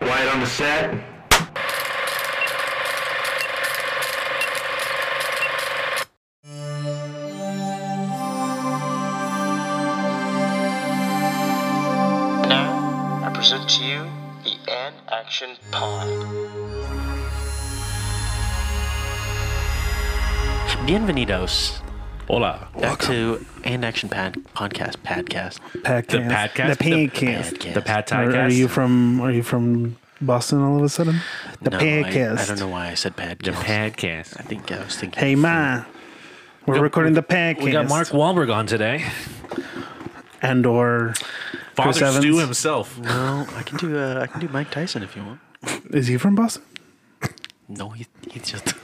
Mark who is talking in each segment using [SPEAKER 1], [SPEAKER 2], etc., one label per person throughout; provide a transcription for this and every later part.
[SPEAKER 1] Quiet on the set.
[SPEAKER 2] Now, I present to you the An Action Pod.
[SPEAKER 3] Bienvenidos
[SPEAKER 4] Hola.
[SPEAKER 3] back to an action pad podcast podcast
[SPEAKER 5] Pat
[SPEAKER 4] The
[SPEAKER 5] cans.
[SPEAKER 4] Patcast?
[SPEAKER 5] The pancast.
[SPEAKER 4] The
[SPEAKER 3] Podcast.
[SPEAKER 4] The Pad Thai
[SPEAKER 5] Are, are
[SPEAKER 4] cast.
[SPEAKER 5] you from Are you from Boston? All of a sudden, the
[SPEAKER 3] no, I,
[SPEAKER 5] pancast.
[SPEAKER 3] I don't know why I said podcast.
[SPEAKER 4] the podcast.
[SPEAKER 3] I think I was thinking.
[SPEAKER 5] Hey, ma, we're
[SPEAKER 4] got-
[SPEAKER 5] recording the pancast.
[SPEAKER 4] We got Mark Wahlberg on today.
[SPEAKER 5] and or
[SPEAKER 4] Father
[SPEAKER 5] Chris Evans.
[SPEAKER 4] Stu himself.
[SPEAKER 3] No, I can do. Uh, I can do Mike Tyson if you want.
[SPEAKER 5] is he from Boston?
[SPEAKER 3] No, he, he just.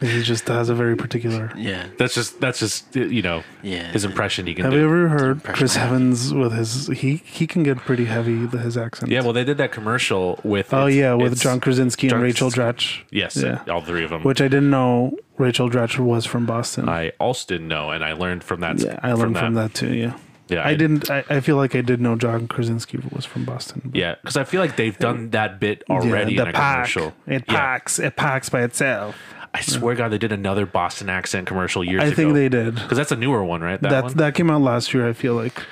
[SPEAKER 5] He just has a very particular.
[SPEAKER 3] Yeah.
[SPEAKER 4] That's just that's just you know
[SPEAKER 3] Yeah.
[SPEAKER 4] his impression he can
[SPEAKER 5] Have
[SPEAKER 4] do.
[SPEAKER 5] you ever heard
[SPEAKER 3] Impression
[SPEAKER 5] Chris
[SPEAKER 3] I have.
[SPEAKER 5] Evans with his? He he can get pretty heavy with his accent.
[SPEAKER 4] yeah, well they did that commercial with
[SPEAKER 5] oh
[SPEAKER 4] it's-
[SPEAKER 5] yeah, with
[SPEAKER 4] it's-
[SPEAKER 5] John Krasinski
[SPEAKER 4] John
[SPEAKER 5] and Rachel
[SPEAKER 4] Krasinski.
[SPEAKER 5] Dratch.
[SPEAKER 4] Yes,
[SPEAKER 5] Yeah.
[SPEAKER 4] all three of them.
[SPEAKER 5] Which I didn't know Rachel Dratch was from Boston.
[SPEAKER 4] I also didn't know, and I learned from that.
[SPEAKER 5] yeah, I learned from that, too. Yeah.
[SPEAKER 4] Yeah,
[SPEAKER 5] I,
[SPEAKER 4] I-
[SPEAKER 5] didn't. I, I feel like I did know John Krasinski was from Boston. but-
[SPEAKER 4] Yeah, because I feel like they've done that bit already in a
[SPEAKER 5] pack.
[SPEAKER 4] commercial.
[SPEAKER 5] It
[SPEAKER 4] Yeah.
[SPEAKER 5] packs. It packs by itself.
[SPEAKER 4] I swear, to God, they did another Boston accent commercial years
[SPEAKER 5] I
[SPEAKER 4] ago.
[SPEAKER 5] think they did.
[SPEAKER 4] because that's a newer one, right? That,
[SPEAKER 5] That
[SPEAKER 4] one.
[SPEAKER 5] that came out last year. I feel like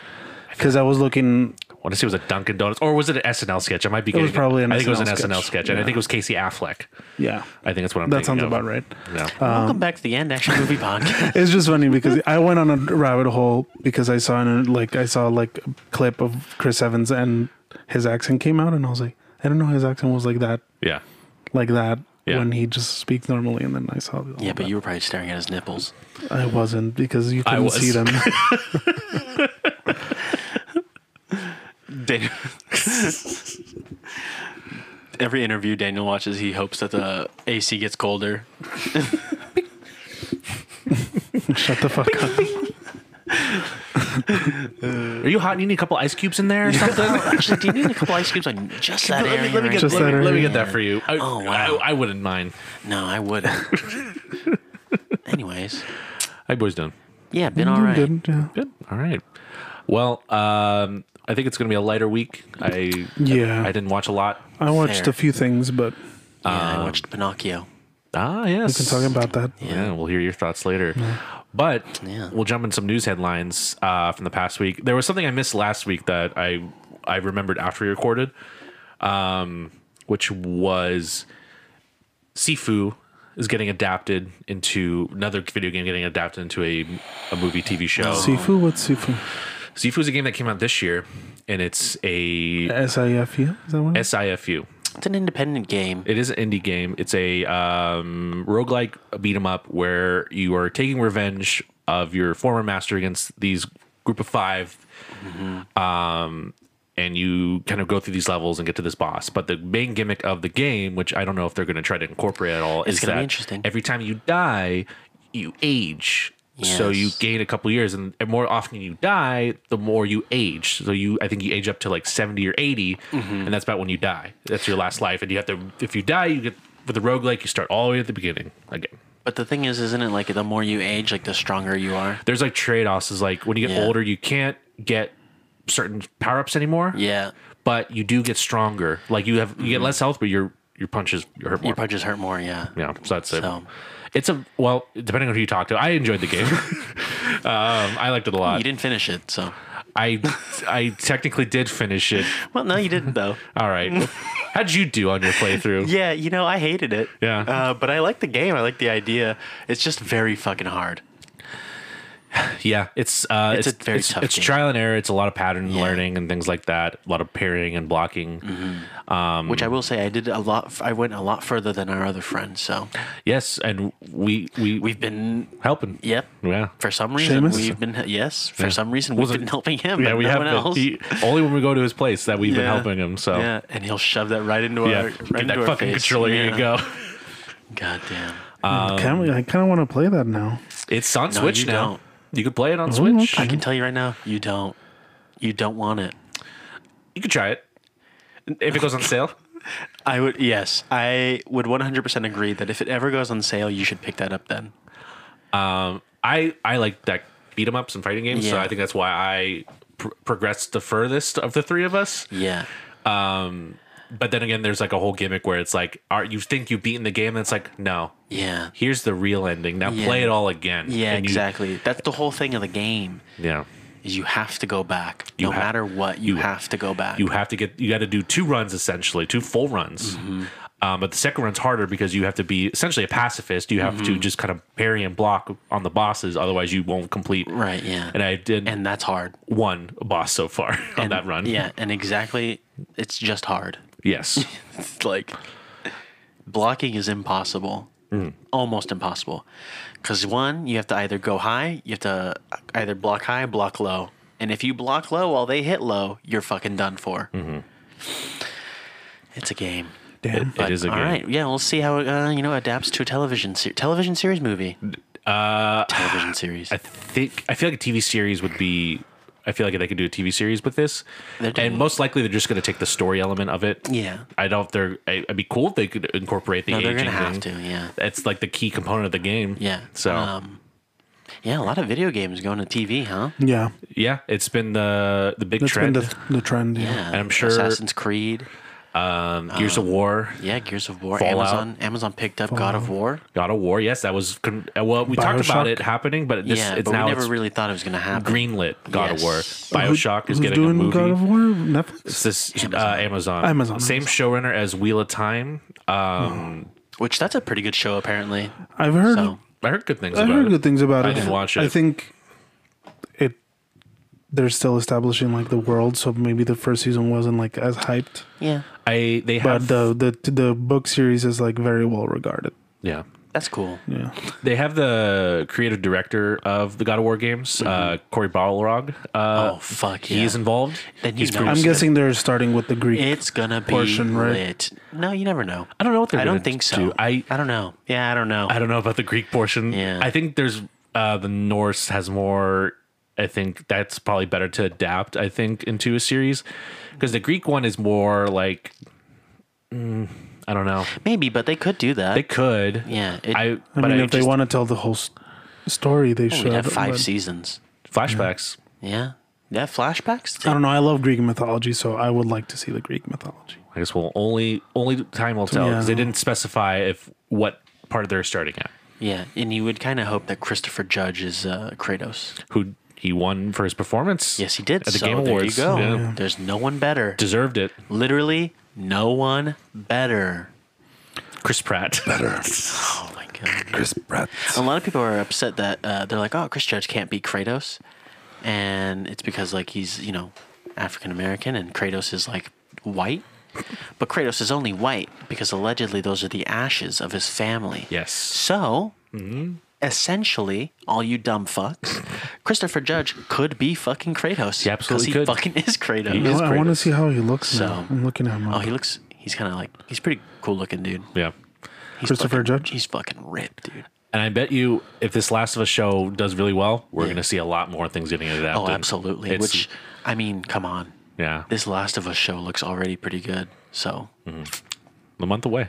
[SPEAKER 5] because I was looking.
[SPEAKER 4] I want to see it was a Dunkin' Donuts or was it an SNL sketch? I might be.
[SPEAKER 5] was
[SPEAKER 4] Getting
[SPEAKER 5] probably an
[SPEAKER 4] I think it was an
[SPEAKER 5] SNL
[SPEAKER 4] SNL
[SPEAKER 5] sketch.
[SPEAKER 4] sketch, and I
[SPEAKER 5] Yeah.
[SPEAKER 4] think it was Casey Affleck.
[SPEAKER 5] Yeah,
[SPEAKER 4] I think that's what I'm.
[SPEAKER 5] that
[SPEAKER 4] thinking
[SPEAKER 5] sounds
[SPEAKER 4] of.
[SPEAKER 5] about right. Uh,
[SPEAKER 4] Yeah.
[SPEAKER 3] Welcome back to the end action movie podcast.
[SPEAKER 5] It's just funny because I went on a rabbit hole because I saw an, like I saw like a clip of Chris Evans and his accent came out and I was like I don't know his accent was like that
[SPEAKER 4] Yeah.
[SPEAKER 5] like that
[SPEAKER 4] Yeah.
[SPEAKER 5] when he just speaks normally and then I saw all
[SPEAKER 3] yeah, but
[SPEAKER 5] that.
[SPEAKER 3] you were probably staring at his nipples.
[SPEAKER 5] I wasn't because you
[SPEAKER 4] I
[SPEAKER 5] couldn't
[SPEAKER 4] was.
[SPEAKER 5] see them.
[SPEAKER 3] Daniel. Every interview Daniel watches, he hopes that the AC gets colder.
[SPEAKER 5] Shut the fuck up.
[SPEAKER 4] Are you hot? and You need a couple ice cubes in there or something?
[SPEAKER 3] Actually, do you need a couple ice cubes? Like just that
[SPEAKER 4] let, me,
[SPEAKER 3] area
[SPEAKER 4] let me
[SPEAKER 3] right
[SPEAKER 4] get,
[SPEAKER 5] Just
[SPEAKER 4] let,
[SPEAKER 5] that
[SPEAKER 4] me, let me
[SPEAKER 5] area.
[SPEAKER 4] get that for you. I,
[SPEAKER 3] Oh, wow.
[SPEAKER 4] I, I wouldn't mind.
[SPEAKER 3] No, I wouldn't. Anyways,
[SPEAKER 4] Hi, boys, done.
[SPEAKER 3] yeah, been all right.
[SPEAKER 5] Good, yeah.
[SPEAKER 4] Good. All right. Well, um, I think it's going to be a lighter week. I
[SPEAKER 5] Yeah.
[SPEAKER 4] I didn't watch a lot.
[SPEAKER 5] I watched
[SPEAKER 3] Fair.
[SPEAKER 5] a few things, but
[SPEAKER 3] Yeah,
[SPEAKER 4] Uh,
[SPEAKER 3] I watched Pinocchio.
[SPEAKER 4] Ah, yes.
[SPEAKER 5] we can talk about that.
[SPEAKER 4] Yeah, we'll hear your thoughts later. But
[SPEAKER 3] Yeah.
[SPEAKER 4] we'll jump in some news headlines uh, from the past week. There was something I missed last week that I I remembered after we recorded, um, which was Sifu is getting adapted into another video game getting adapted into a, a movie TV show.
[SPEAKER 5] Sifu, what's Sifu?
[SPEAKER 4] Sifu is a game that came out this year, and it's a
[SPEAKER 5] S I F U? Is that what? it is?
[SPEAKER 4] SIFU.
[SPEAKER 3] It's an independent game.
[SPEAKER 4] It is an indie game. It's a um, roguelike beat 'em up where you are taking revenge of your former master against these group of 5
[SPEAKER 3] Mm-hmm.
[SPEAKER 4] Um, and you kind of go through these levels and get to this boss. But the main gimmick of the game, which I don't know if they're going to try to incorporate at all,
[SPEAKER 3] It's
[SPEAKER 4] is
[SPEAKER 3] gonna be
[SPEAKER 4] that
[SPEAKER 3] interesting.
[SPEAKER 4] every time you die, you age. So you
[SPEAKER 3] Yes.
[SPEAKER 4] gain a couple years, and, and more often you die, the more you age. So you, I think you age up to like seventy or 80
[SPEAKER 3] Mm-hmm.
[SPEAKER 4] and that's about when you die. That's your last life, and you have to. If you die, you get with the roguelike, you start all the way at the beginning again.
[SPEAKER 3] But the thing is, isn't it like the more you age, like the stronger you are?
[SPEAKER 4] There's like trade offs. Is like when you get
[SPEAKER 3] Yeah.
[SPEAKER 4] older, you can't get certain power ups anymore.
[SPEAKER 3] Yeah. Mm-hmm.
[SPEAKER 4] but you do get stronger. Like you have, you get less health, but your your punches you hurt more.
[SPEAKER 3] Your punches hurt more, yeah.
[SPEAKER 4] Yeah, so that's it.
[SPEAKER 3] So-
[SPEAKER 4] It's a well, depending on who you talk to. I enjoyed the game. um, I liked it a
[SPEAKER 3] You
[SPEAKER 4] lot.
[SPEAKER 3] didn't finish it, so.
[SPEAKER 4] I I technically did finish it.
[SPEAKER 3] Well, no, you didn't, though.
[SPEAKER 4] All right. How'd you do on your playthrough?
[SPEAKER 3] yeah, you know, I hated it.
[SPEAKER 4] Yeah.
[SPEAKER 3] Uh, but I like the game. I like the idea. It's just very fucking hard.
[SPEAKER 4] Yeah, it's uh,
[SPEAKER 3] It's
[SPEAKER 4] it's
[SPEAKER 3] a very
[SPEAKER 4] it's,
[SPEAKER 3] tough
[SPEAKER 4] it's
[SPEAKER 3] game.
[SPEAKER 4] trial and error. It's a lot of pattern
[SPEAKER 3] Yeah. Mm-hmm.
[SPEAKER 4] learning and things like that. A lot of parrying and blocking. Um,
[SPEAKER 3] Which I will say, I did a lot. I went a lot further than our other friend. So
[SPEAKER 4] Yes, and we we
[SPEAKER 3] we've been,
[SPEAKER 4] helping.
[SPEAKER 3] yep.
[SPEAKER 4] Yeah.
[SPEAKER 3] For some reason,
[SPEAKER 5] Seamus?
[SPEAKER 3] we've been yes. For
[SPEAKER 4] Yeah.
[SPEAKER 3] some reason, we've
[SPEAKER 4] Wasn't-
[SPEAKER 3] been helping him.
[SPEAKER 4] Yeah,
[SPEAKER 3] but
[SPEAKER 4] we
[SPEAKER 3] no
[SPEAKER 4] have
[SPEAKER 3] one
[SPEAKER 4] been-
[SPEAKER 3] else.
[SPEAKER 4] he- only when we go to his place that we've been
[SPEAKER 3] Yeah.
[SPEAKER 4] helping him. So
[SPEAKER 3] yeah, and he'll shove that right into
[SPEAKER 4] yeah.
[SPEAKER 3] our
[SPEAKER 4] Give
[SPEAKER 3] right into
[SPEAKER 4] that
[SPEAKER 3] our
[SPEAKER 4] fucking
[SPEAKER 3] face.
[SPEAKER 4] controller. Here
[SPEAKER 3] Yeah.
[SPEAKER 4] you go.
[SPEAKER 3] God damn.
[SPEAKER 4] E.
[SPEAKER 5] Can we- I kind of want to play that now.
[SPEAKER 4] It's on Switch
[SPEAKER 3] you
[SPEAKER 4] now.
[SPEAKER 3] don't.
[SPEAKER 4] You could play it on Switch.
[SPEAKER 3] Mm-hmm. I can tell you right now, you don't. You don't want it.
[SPEAKER 4] You could try it if it goes on sale.
[SPEAKER 3] I would yes, I would 100% agree that if it ever goes on sale, you should pick that up then.
[SPEAKER 4] Um, I I like that beat 'em ups and fighting games, so
[SPEAKER 3] Yeah.
[SPEAKER 4] I think that's why I pr- progressed the furthest of the three of us.
[SPEAKER 3] Yeah.
[SPEAKER 4] Um, but then again, there's like a whole gimmick where it's like, are you think you've beaten the game? And it's like, no.
[SPEAKER 3] Yeah.
[SPEAKER 4] Here's the real ending. Now play
[SPEAKER 3] Yeah.
[SPEAKER 4] it all again.
[SPEAKER 3] Yeah,
[SPEAKER 4] And you-
[SPEAKER 3] exactly. That's the whole thing of the game
[SPEAKER 4] Yeah.
[SPEAKER 3] is you have to go back.
[SPEAKER 4] You
[SPEAKER 3] no
[SPEAKER 4] ha-
[SPEAKER 3] matter what, you,
[SPEAKER 4] you-
[SPEAKER 3] have to go back.
[SPEAKER 4] You have to get. You got to do two runs essentially, two full runs. Um, but the second run's harder because you have to be essentially a pacifist. You have
[SPEAKER 3] Mm-hmm.
[SPEAKER 4] to just kind of parry and block on the bosses, otherwise you won't complete.
[SPEAKER 3] right, yeah.
[SPEAKER 4] And I did
[SPEAKER 3] and that's hard.
[SPEAKER 4] one boss so far on
[SPEAKER 3] And-
[SPEAKER 4] that run.
[SPEAKER 3] Yeah, and exactly it's just hard.
[SPEAKER 4] Yes.
[SPEAKER 3] It's like blocking is impossible.
[SPEAKER 4] Mm.
[SPEAKER 3] Almost impossible. Cuz one, you have to either go high, you have to either block high, block low. And if you block low while they hit low, you're fucking done for. It's a game.
[SPEAKER 5] Damn.
[SPEAKER 4] Mm-hmm. it is a
[SPEAKER 3] All
[SPEAKER 4] game.
[SPEAKER 3] right, yeah, we'll see how it uh, you know adapts to a television se- television series movie. Uh, television series.
[SPEAKER 4] I think I feel like a TV series would be. I feel like they could do a TV series with this,
[SPEAKER 3] They're doing-
[SPEAKER 4] and most likely they're just going to take the story element of it.
[SPEAKER 3] Yeah.
[SPEAKER 4] I don't. They're. I- It'd be cool if they could incorporate the
[SPEAKER 3] no, they're
[SPEAKER 4] aging.
[SPEAKER 3] gonna have
[SPEAKER 4] thing.
[SPEAKER 3] to. Yeah,
[SPEAKER 4] That's like the key component of the game.
[SPEAKER 3] yeah.
[SPEAKER 4] So
[SPEAKER 3] um, yeah, a lot of video games going to TV, huh?
[SPEAKER 5] Yeah.
[SPEAKER 4] yeah, it's been the the big
[SPEAKER 5] That's
[SPEAKER 4] trend.
[SPEAKER 5] been the, the trend. Yeah.
[SPEAKER 3] Yeah,
[SPEAKER 4] I'm sure-
[SPEAKER 3] Assassin's Creed.
[SPEAKER 4] um, Gears of War,
[SPEAKER 3] Ah. Yeah, Gears of War.
[SPEAKER 4] Fallout.
[SPEAKER 3] Amazon. Amazon picked up God of War.
[SPEAKER 4] God of War. Yes, that was. Con- uh, well, we talked about
[SPEAKER 5] Bioshock?
[SPEAKER 4] it happening, but this
[SPEAKER 3] yeah,
[SPEAKER 4] it's
[SPEAKER 3] but
[SPEAKER 4] now
[SPEAKER 3] we never
[SPEAKER 4] it's
[SPEAKER 3] really thought it was gonna happen.
[SPEAKER 4] greenlit. God
[SPEAKER 3] Yes.
[SPEAKER 4] of War. Bioshock
[SPEAKER 5] Who-
[SPEAKER 4] is
[SPEAKER 5] who's
[SPEAKER 4] getting
[SPEAKER 5] doing
[SPEAKER 4] a movie.
[SPEAKER 5] God of War? Netflix?
[SPEAKER 4] It's this uh, Amazon.
[SPEAKER 5] Amazon,
[SPEAKER 4] Same showrunner as Wheel of Time. Um,
[SPEAKER 3] Which that's a pretty good show apparently.
[SPEAKER 5] I've heard.
[SPEAKER 3] So
[SPEAKER 4] I heard good things
[SPEAKER 5] I
[SPEAKER 4] about
[SPEAKER 5] heard
[SPEAKER 4] it.
[SPEAKER 5] good things about
[SPEAKER 4] I
[SPEAKER 5] it.
[SPEAKER 4] didn't watch
[SPEAKER 5] I
[SPEAKER 4] it.
[SPEAKER 5] think it. They're still establishing like the world, so maybe the first season wasn't like as hyped.
[SPEAKER 3] yeah,
[SPEAKER 4] I they
[SPEAKER 5] But uh,
[SPEAKER 4] have
[SPEAKER 5] the the the book series is like very well regarded.
[SPEAKER 4] yeah.
[SPEAKER 3] that's cool.
[SPEAKER 5] Yeah.
[SPEAKER 4] They have the creative director of the God of War games, uh, Corey Balrog. Uh,
[SPEAKER 3] Mm-hmm. oh fuck,
[SPEAKER 4] he is
[SPEAKER 3] yeah.
[SPEAKER 4] involved.
[SPEAKER 3] Then you
[SPEAKER 4] He's
[SPEAKER 3] know.
[SPEAKER 4] producing
[SPEAKER 5] I'm
[SPEAKER 3] It's
[SPEAKER 5] guessing they're starting with the Greek.
[SPEAKER 3] It's gonna be
[SPEAKER 5] Portion, right?
[SPEAKER 3] lit. No, you never know.
[SPEAKER 4] I don't know what they're
[SPEAKER 3] I don't
[SPEAKER 4] gonna
[SPEAKER 3] think so.
[SPEAKER 4] do. I-
[SPEAKER 3] I don't know. Yeah, I don't know.
[SPEAKER 4] I don't know about the Greek portion.
[SPEAKER 3] Yeah.
[SPEAKER 4] I think there's uh, the Norse has more. I think that's probably better to adapt. I think into a series because the Greek one is more like mm, I don't know.
[SPEAKER 3] Maybe, but they could do that.
[SPEAKER 4] They could.
[SPEAKER 3] Uh, yeah, it,
[SPEAKER 4] I,
[SPEAKER 5] I
[SPEAKER 4] but
[SPEAKER 5] mean,
[SPEAKER 4] I
[SPEAKER 5] if
[SPEAKER 4] just,
[SPEAKER 5] they want to tell the whole s- story, they
[SPEAKER 3] we'd
[SPEAKER 5] should.
[SPEAKER 3] have five
[SPEAKER 5] but-
[SPEAKER 3] seasons.
[SPEAKER 4] flashbacks.
[SPEAKER 3] Yeah, yeah, flashbacks.
[SPEAKER 5] I don't know. I love Greek mythology, so I would like to see the Greek mythology.
[SPEAKER 4] I guess we'll only only time will tell because
[SPEAKER 5] Yeah.
[SPEAKER 4] they didn't specify if what part they're starting at.
[SPEAKER 3] Yeah, and you would kind of hope that Christopher Judge is uh, Kratos.
[SPEAKER 4] who he won for his performance.
[SPEAKER 3] Yes, he did.
[SPEAKER 4] At the
[SPEAKER 3] so
[SPEAKER 4] Game
[SPEAKER 3] there
[SPEAKER 4] Awards.
[SPEAKER 3] you go.
[SPEAKER 4] Yeah.
[SPEAKER 3] There's no one better.
[SPEAKER 4] Deserved it.
[SPEAKER 3] Literally, no one better.
[SPEAKER 4] Chris Pratt. Better.
[SPEAKER 3] Oh my god!
[SPEAKER 5] Chris Pratt.
[SPEAKER 3] A lot of people are upset that uh, they're like, "Oh, Chris Judge can't be Kratos," and it's because like he's you know African American and Kratos is like white, but Kratos is only white because allegedly those are the ashes of his family.
[SPEAKER 4] yes. Mm-hmm.
[SPEAKER 3] So, essentially, all you dumb fucks, Christopher Judge could be fucking Kratos.
[SPEAKER 4] He absolutely
[SPEAKER 3] 'cause he
[SPEAKER 4] could.
[SPEAKER 3] fucking is Kratos.
[SPEAKER 4] He is
[SPEAKER 5] I want to
[SPEAKER 4] Kratos.
[SPEAKER 5] see how he looks.
[SPEAKER 3] So-
[SPEAKER 5] now. I'm looking at him.
[SPEAKER 3] Oh, he looks. He's kind of like he's pretty cool looking dude.
[SPEAKER 4] Yeah.
[SPEAKER 3] He's
[SPEAKER 5] Christopher
[SPEAKER 3] fucking-
[SPEAKER 5] Judge?
[SPEAKER 3] He's fucking ripped, dude.
[SPEAKER 4] And I bet you, if this Last of Us show does really well, we're
[SPEAKER 3] Yeah.
[SPEAKER 4] going to see a lot more things getting adapted.
[SPEAKER 3] Oh, absolutely.
[SPEAKER 4] It's-
[SPEAKER 3] Which I mean, come on.
[SPEAKER 4] yeah,
[SPEAKER 3] This Last of Us show looks already pretty good. So
[SPEAKER 4] a month away.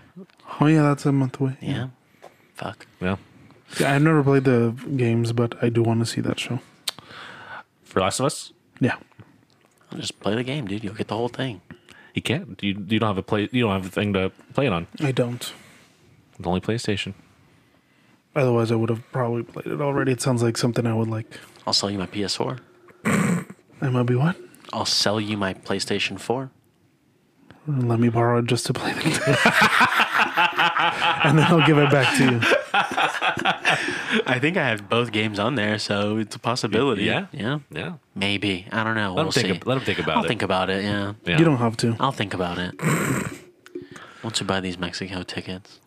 [SPEAKER 5] oh yeah, that's a month away.
[SPEAKER 3] yeah, fuck.
[SPEAKER 4] Yeah,
[SPEAKER 5] Yeah, I've never played the games, but I do want to see that show.
[SPEAKER 4] for Last of Us,
[SPEAKER 5] Yeah.
[SPEAKER 3] I'll just play the game, dude. You'll get the whole thing.
[SPEAKER 4] you can't. You, you don't have a play. You don't have a thing to play it on.
[SPEAKER 5] I don't.
[SPEAKER 4] It's only PlayStation.
[SPEAKER 5] Otherwise, I would have probably played it already. It sounds like something I would like.
[SPEAKER 3] I'll sell you my PS4.
[SPEAKER 5] I might be what?
[SPEAKER 3] I'll sell you my PlayStation 4.
[SPEAKER 5] Let me borrow it just to play the game. and then I'll give it back to you.
[SPEAKER 3] I think I have both games on there, so it's a possibility.
[SPEAKER 4] Yeah.
[SPEAKER 3] yeah,
[SPEAKER 4] Yeah.
[SPEAKER 3] maybe. I don't know.
[SPEAKER 4] Let
[SPEAKER 3] we'll
[SPEAKER 4] him think.
[SPEAKER 3] see.
[SPEAKER 4] ab- let him think about
[SPEAKER 3] I'll
[SPEAKER 4] it.
[SPEAKER 3] think about it. Yeah.
[SPEAKER 4] yeah.
[SPEAKER 5] You don't have to.
[SPEAKER 3] I'll think about it. Once you buy these Mexico tickets.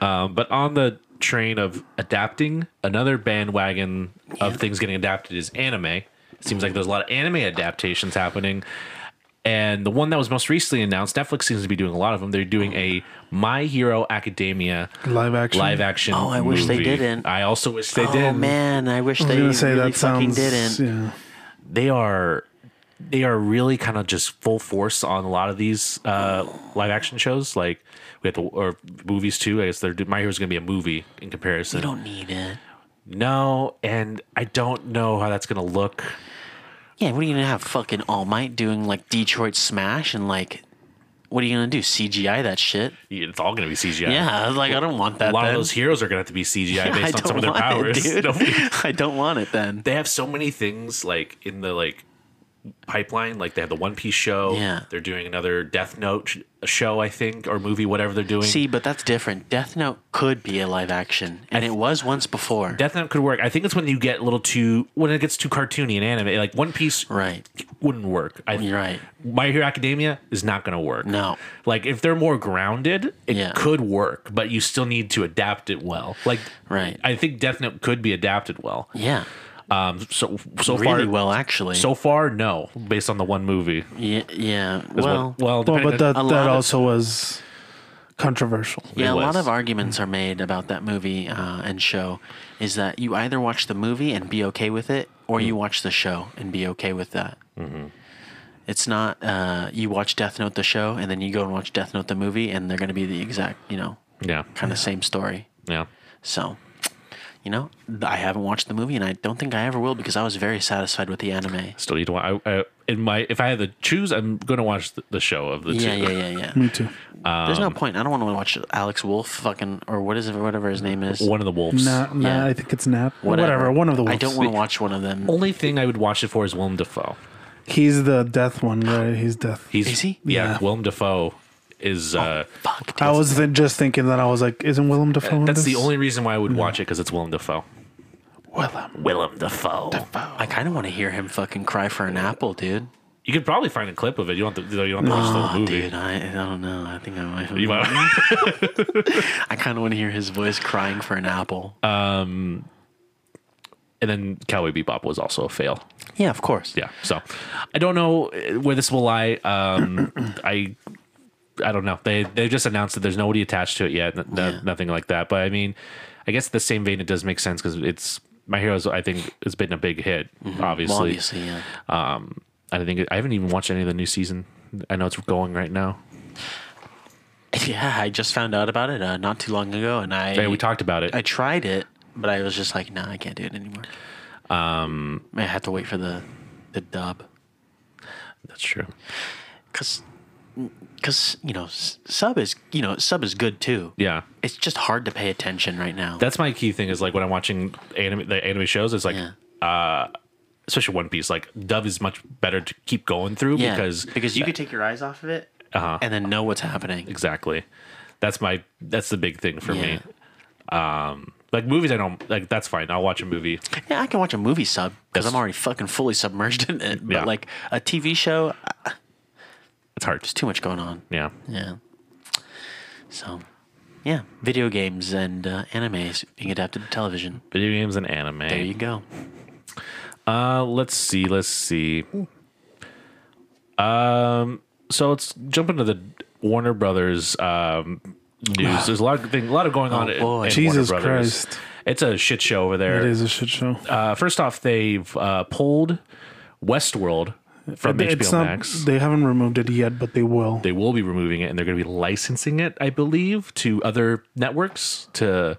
[SPEAKER 4] Um, but on the train of adapting, another bandwagon of things getting adapted is anime. It seems like there's a lot of anime adaptations happening. And the one that was most recently announced, Netflix seems to be doing a lot of them. They're doing a My Hero Academia
[SPEAKER 5] Live action.
[SPEAKER 4] live action.
[SPEAKER 3] Oh, I wish they
[SPEAKER 4] movie.
[SPEAKER 3] didn't.
[SPEAKER 4] I also wish they
[SPEAKER 3] oh
[SPEAKER 4] did.
[SPEAKER 3] man, I wish
[SPEAKER 5] I was
[SPEAKER 3] they
[SPEAKER 5] gonna say
[SPEAKER 3] really
[SPEAKER 5] that
[SPEAKER 3] fucking
[SPEAKER 5] sounds.
[SPEAKER 3] didn't.
[SPEAKER 5] Yeah.
[SPEAKER 4] They are they are really kind of just full force on a lot of these uh, live action shows. Like we have to or movies too. I guess they're My Hero's going to be a movie in comparison.
[SPEAKER 3] You don't need it.
[SPEAKER 4] No, and I don't know how that's gonna look.
[SPEAKER 3] Yeah, what are you gonna have? Fucking All Might doing like Detroit Smash and like, what are you gonna do? CGI that shit?
[SPEAKER 4] It's all going to be CGI.
[SPEAKER 3] Yeah, like I don't want that.
[SPEAKER 4] A lot
[SPEAKER 3] then.
[SPEAKER 4] of those heroes are going to have to be CGI
[SPEAKER 3] I
[SPEAKER 4] based on
[SPEAKER 3] don't
[SPEAKER 4] some of their
[SPEAKER 3] want
[SPEAKER 4] powers.
[SPEAKER 3] It, dude.
[SPEAKER 4] Nobody-
[SPEAKER 3] I don't want it then.
[SPEAKER 4] they have so many things like in the like pipeline like they have the one piece show
[SPEAKER 3] Yeah.
[SPEAKER 4] they're doing another death note sh- show i think or movie whatever they're doing
[SPEAKER 3] See, but that's different. Death Note could be a live action, and it was once before.
[SPEAKER 4] death note could work i think it's when you get a little too when it gets too cartoony and anime like one piece
[SPEAKER 3] right.
[SPEAKER 4] wouldn't work i
[SPEAKER 3] You're right.
[SPEAKER 4] my hero academia is not going to work
[SPEAKER 3] No.
[SPEAKER 4] like if they're more grounded it
[SPEAKER 3] Yeah.
[SPEAKER 4] could work but you still need to adapt it well like
[SPEAKER 3] Right.
[SPEAKER 4] i think death note could be adapted well
[SPEAKER 3] Yeah.
[SPEAKER 4] um so so
[SPEAKER 3] really
[SPEAKER 4] far
[SPEAKER 3] well, actually.
[SPEAKER 4] so far no based on the one movie
[SPEAKER 3] yeah. yeah.
[SPEAKER 4] is what-
[SPEAKER 3] Well.
[SPEAKER 4] well,
[SPEAKER 5] Well,
[SPEAKER 4] depending
[SPEAKER 5] but
[SPEAKER 4] on-
[SPEAKER 5] that,
[SPEAKER 3] a lot
[SPEAKER 5] that
[SPEAKER 3] of-
[SPEAKER 5] also was controversial.
[SPEAKER 3] Yeah,
[SPEAKER 4] It
[SPEAKER 3] a lot
[SPEAKER 4] was.
[SPEAKER 3] of arguments are made about that movie uh, and show is that you either watch the movie and be okay with it, or
[SPEAKER 4] Hmm.
[SPEAKER 3] you watch the show and be okay with that.
[SPEAKER 4] Mm-hmm.
[SPEAKER 3] It's not uh, you watch Death Note the show and then you go and watch Death Note the movie, and they're going to be the exact, you know,
[SPEAKER 4] yeah
[SPEAKER 3] kind of same story.
[SPEAKER 4] yeah
[SPEAKER 3] So, you know, th- I haven't watched the movie, and I don't think I ever will because I was very satisfied with the anime.
[SPEAKER 4] still need to watch. I, I, in my, if I had to choose, I'm going to watch the, the show of the
[SPEAKER 3] Yeah,
[SPEAKER 4] two.
[SPEAKER 3] yeah, yeah, yeah.
[SPEAKER 5] Me too.
[SPEAKER 4] Um,
[SPEAKER 3] There's no point. I don't want to watch Alex Wolf fucking or what is it, whatever his name is.
[SPEAKER 4] One of the wolves.
[SPEAKER 5] Nah, nah,
[SPEAKER 3] Yeah.
[SPEAKER 5] I think it's Nap. Whatever. one of the
[SPEAKER 3] I don't
[SPEAKER 5] wolves.
[SPEAKER 3] want to watch one of them.
[SPEAKER 4] Only thing I would watch it for is Willem Dafoe.
[SPEAKER 5] He's the death one, right? He's death.
[SPEAKER 4] He's,
[SPEAKER 3] Is he?
[SPEAKER 4] Yeah,
[SPEAKER 5] Yeah. Oh.
[SPEAKER 4] Willem Dafoe is. Uh,
[SPEAKER 3] Fuck. Dude.
[SPEAKER 5] I was th- just thinking that I was like, isn't Willem Dafoe? in
[SPEAKER 4] that's the
[SPEAKER 5] this?
[SPEAKER 4] only reason why I would watch it because it's Willem Dafoe.
[SPEAKER 5] Willem.
[SPEAKER 4] Willem Dafoe.
[SPEAKER 3] I kind of want to hear him fucking cry for an apple, dude. Oh,
[SPEAKER 4] You could probably find a clip of it. You don't have to, you don't have to watch the whole movie.
[SPEAKER 3] Dude, I, I don't know. I think I might.
[SPEAKER 4] You might-
[SPEAKER 3] I kind of want to hear his voice crying for an apple.
[SPEAKER 4] and then Cowboy Bebop was also a fail.
[SPEAKER 3] yeah, of course.
[SPEAKER 4] Yeah. So I don't know uh, where this will lie. Um, I I don't know. They they just announced that there's nobody attached to it yet. n- no-
[SPEAKER 3] Yeah.
[SPEAKER 4] Nothing like that. But I mean, I guess the same vein, it does make sense because it's My Heroes. I think has been a big hit.
[SPEAKER 3] Mm-hmm. Well,
[SPEAKER 4] Obviously,
[SPEAKER 3] obviously, yeah.
[SPEAKER 4] um, I think it- I haven't even watched any of the new season. I know it's going right now.
[SPEAKER 3] Yeah, I just found out about it uh, not too long ago, and I
[SPEAKER 4] Hey, we talked about it.
[SPEAKER 3] I tried it, but I was just like, nah, I can't do it anymore. Um, I had to wait for the the dub
[SPEAKER 4] That's true.
[SPEAKER 3] because because mm, you know s- sub is you know sub is good too.
[SPEAKER 4] Yeah.
[SPEAKER 3] it's just hard to pay attention right now.
[SPEAKER 4] That's my key thing is like when I'm watching anime the anime shows, it's like
[SPEAKER 3] yeah.
[SPEAKER 4] especially One Piece, like Dove is much better to keep going through
[SPEAKER 3] Yeah,
[SPEAKER 4] because
[SPEAKER 3] you could take your eyes off of it
[SPEAKER 4] Uh-huh.
[SPEAKER 3] and then know what's happening.
[SPEAKER 4] exactly that's my that's the big thing for me Um,
[SPEAKER 3] Yeah.
[SPEAKER 4] like movies i don't like that's fine i'll watch a movie
[SPEAKER 3] Yeah, I can watch a movie sub because
[SPEAKER 4] That's-
[SPEAKER 3] I'm already fucking fully submerged in it. But
[SPEAKER 4] Yeah.
[SPEAKER 3] like a TV show, uh,
[SPEAKER 4] it's hard
[SPEAKER 3] there's too much going on.
[SPEAKER 4] yeah
[SPEAKER 3] Yeah. So, yeah, video games and uh, animes being adapted to television.
[SPEAKER 4] video games and
[SPEAKER 3] There you
[SPEAKER 4] anime
[SPEAKER 3] go.
[SPEAKER 4] uh let's see let's see um so let's jump into the warner brothers um news there's a lot of thing a lot of going on
[SPEAKER 3] Oh,
[SPEAKER 4] at-
[SPEAKER 3] boy.
[SPEAKER 4] at
[SPEAKER 5] Jesus
[SPEAKER 4] Warner Brothers.
[SPEAKER 5] Christ.
[SPEAKER 4] it's a shit show over there
[SPEAKER 5] It is a shit show.
[SPEAKER 4] uh first off they've uh pulled westworld from
[SPEAKER 5] It-
[SPEAKER 4] hbo max
[SPEAKER 5] They haven't removed it yet, but they will.
[SPEAKER 4] they will be removing it and they're going to be licensing it i believe to other networks to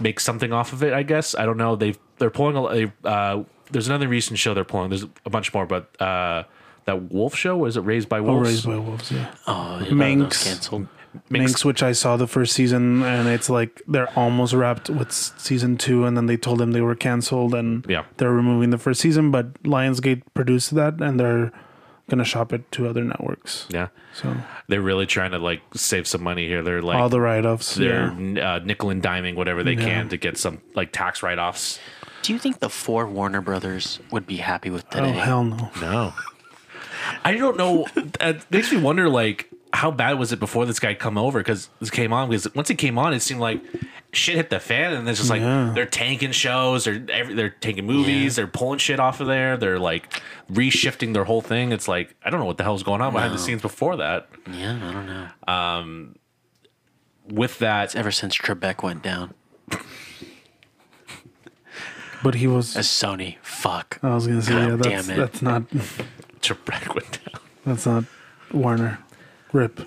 [SPEAKER 4] make something off of it i guess i don't know they they're pulling a they, uh there's another recent show they're pulling there's a bunch more but uh that wolf show was it raised by wolves
[SPEAKER 5] Oh, Raised by wolves. Yeah.
[SPEAKER 3] Oh, yeah,
[SPEAKER 5] Minx.
[SPEAKER 3] canceled.
[SPEAKER 5] Minx, which I saw the first season, and it's like they're almost wrapped with s- season two, and then they told them they were canceled, and
[SPEAKER 4] Yeah.
[SPEAKER 5] they're removing the first season. But Lionsgate produced that, and they're gonna shop it to other networks.
[SPEAKER 4] yeah
[SPEAKER 5] So
[SPEAKER 4] they're really trying to like save some money here they're like
[SPEAKER 5] all the write-offs.
[SPEAKER 4] they're
[SPEAKER 5] Yeah.
[SPEAKER 4] uh, nickel and diming whatever they can to get some like tax write-offs
[SPEAKER 3] Do you think the four Warner Brothers would be happy with
[SPEAKER 5] Oh
[SPEAKER 3] today?
[SPEAKER 5] hell no!
[SPEAKER 4] No. I don't know. It makes me wonder, like, how bad was it before this guy come over? Because this came on. Because once he came on, it seemed like shit hit the fan, and it's just like
[SPEAKER 5] Yeah.
[SPEAKER 4] they're tanking shows, they're every, they're tanking movies, they're pulling shit off of there, they're like reshifting their whole thing. It's like I don't know what the hell's going on behind the scenes before that.
[SPEAKER 3] Yeah, I don't know.
[SPEAKER 4] With that,
[SPEAKER 3] Ever since Trebek went down,
[SPEAKER 5] But he was.
[SPEAKER 3] as Sony, fuck.
[SPEAKER 5] I was gonna say,
[SPEAKER 3] God
[SPEAKER 5] yeah, that's
[SPEAKER 3] damn it.
[SPEAKER 5] that's not
[SPEAKER 4] Trebek went down.
[SPEAKER 5] that's not Warner. Rip,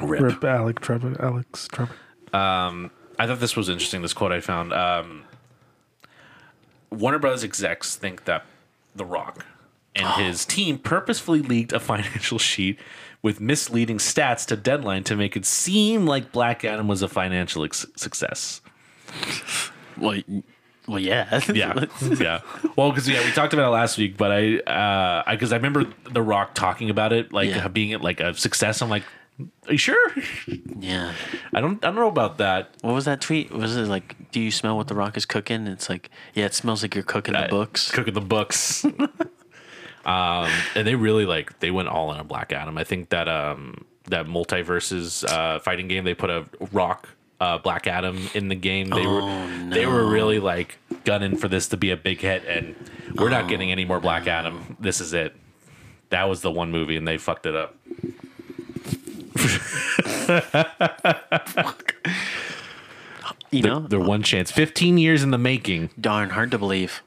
[SPEAKER 4] Rip.
[SPEAKER 5] rip, Alec Trebek, Alex Trebek.
[SPEAKER 4] I thought this was interesting. This quote I found. Um, Warner Brothers execs think that The Rock and his team purposefully leaked a financial sheet with misleading stats to Deadline to make it seem like Black Adam was a financial ex- success.
[SPEAKER 3] Well, y- well, yeah,
[SPEAKER 4] Yeah, yeah. Well, because yeah, we talked about it last week, but I, uh, I because I remember The Rock talking about it, like
[SPEAKER 3] Yeah.
[SPEAKER 4] being it like a success. I'm like, are you sure?
[SPEAKER 3] yeah.
[SPEAKER 4] I don't, I don't know about that.
[SPEAKER 3] What was that tweet? Was it like, "Do you smell what the Rock is cooking?" It's like, yeah, it smells like you're cooking the
[SPEAKER 4] I-
[SPEAKER 3] books.
[SPEAKER 4] Cooking the books. um, and they really like they went all in on Black Adam. I think that um that multiverses uh, fighting game they put a rock uh, Black Adam in the game. They were
[SPEAKER 5] Oh,
[SPEAKER 4] they were really like gunning for this to be a big hit, and we're not
[SPEAKER 5] Oh,
[SPEAKER 4] getting any more Black Adam. This is it. That was the one movie, and they fucked it up.
[SPEAKER 3] you know,
[SPEAKER 4] Their one chance, fifteen years in the making,
[SPEAKER 3] darn hard to believe.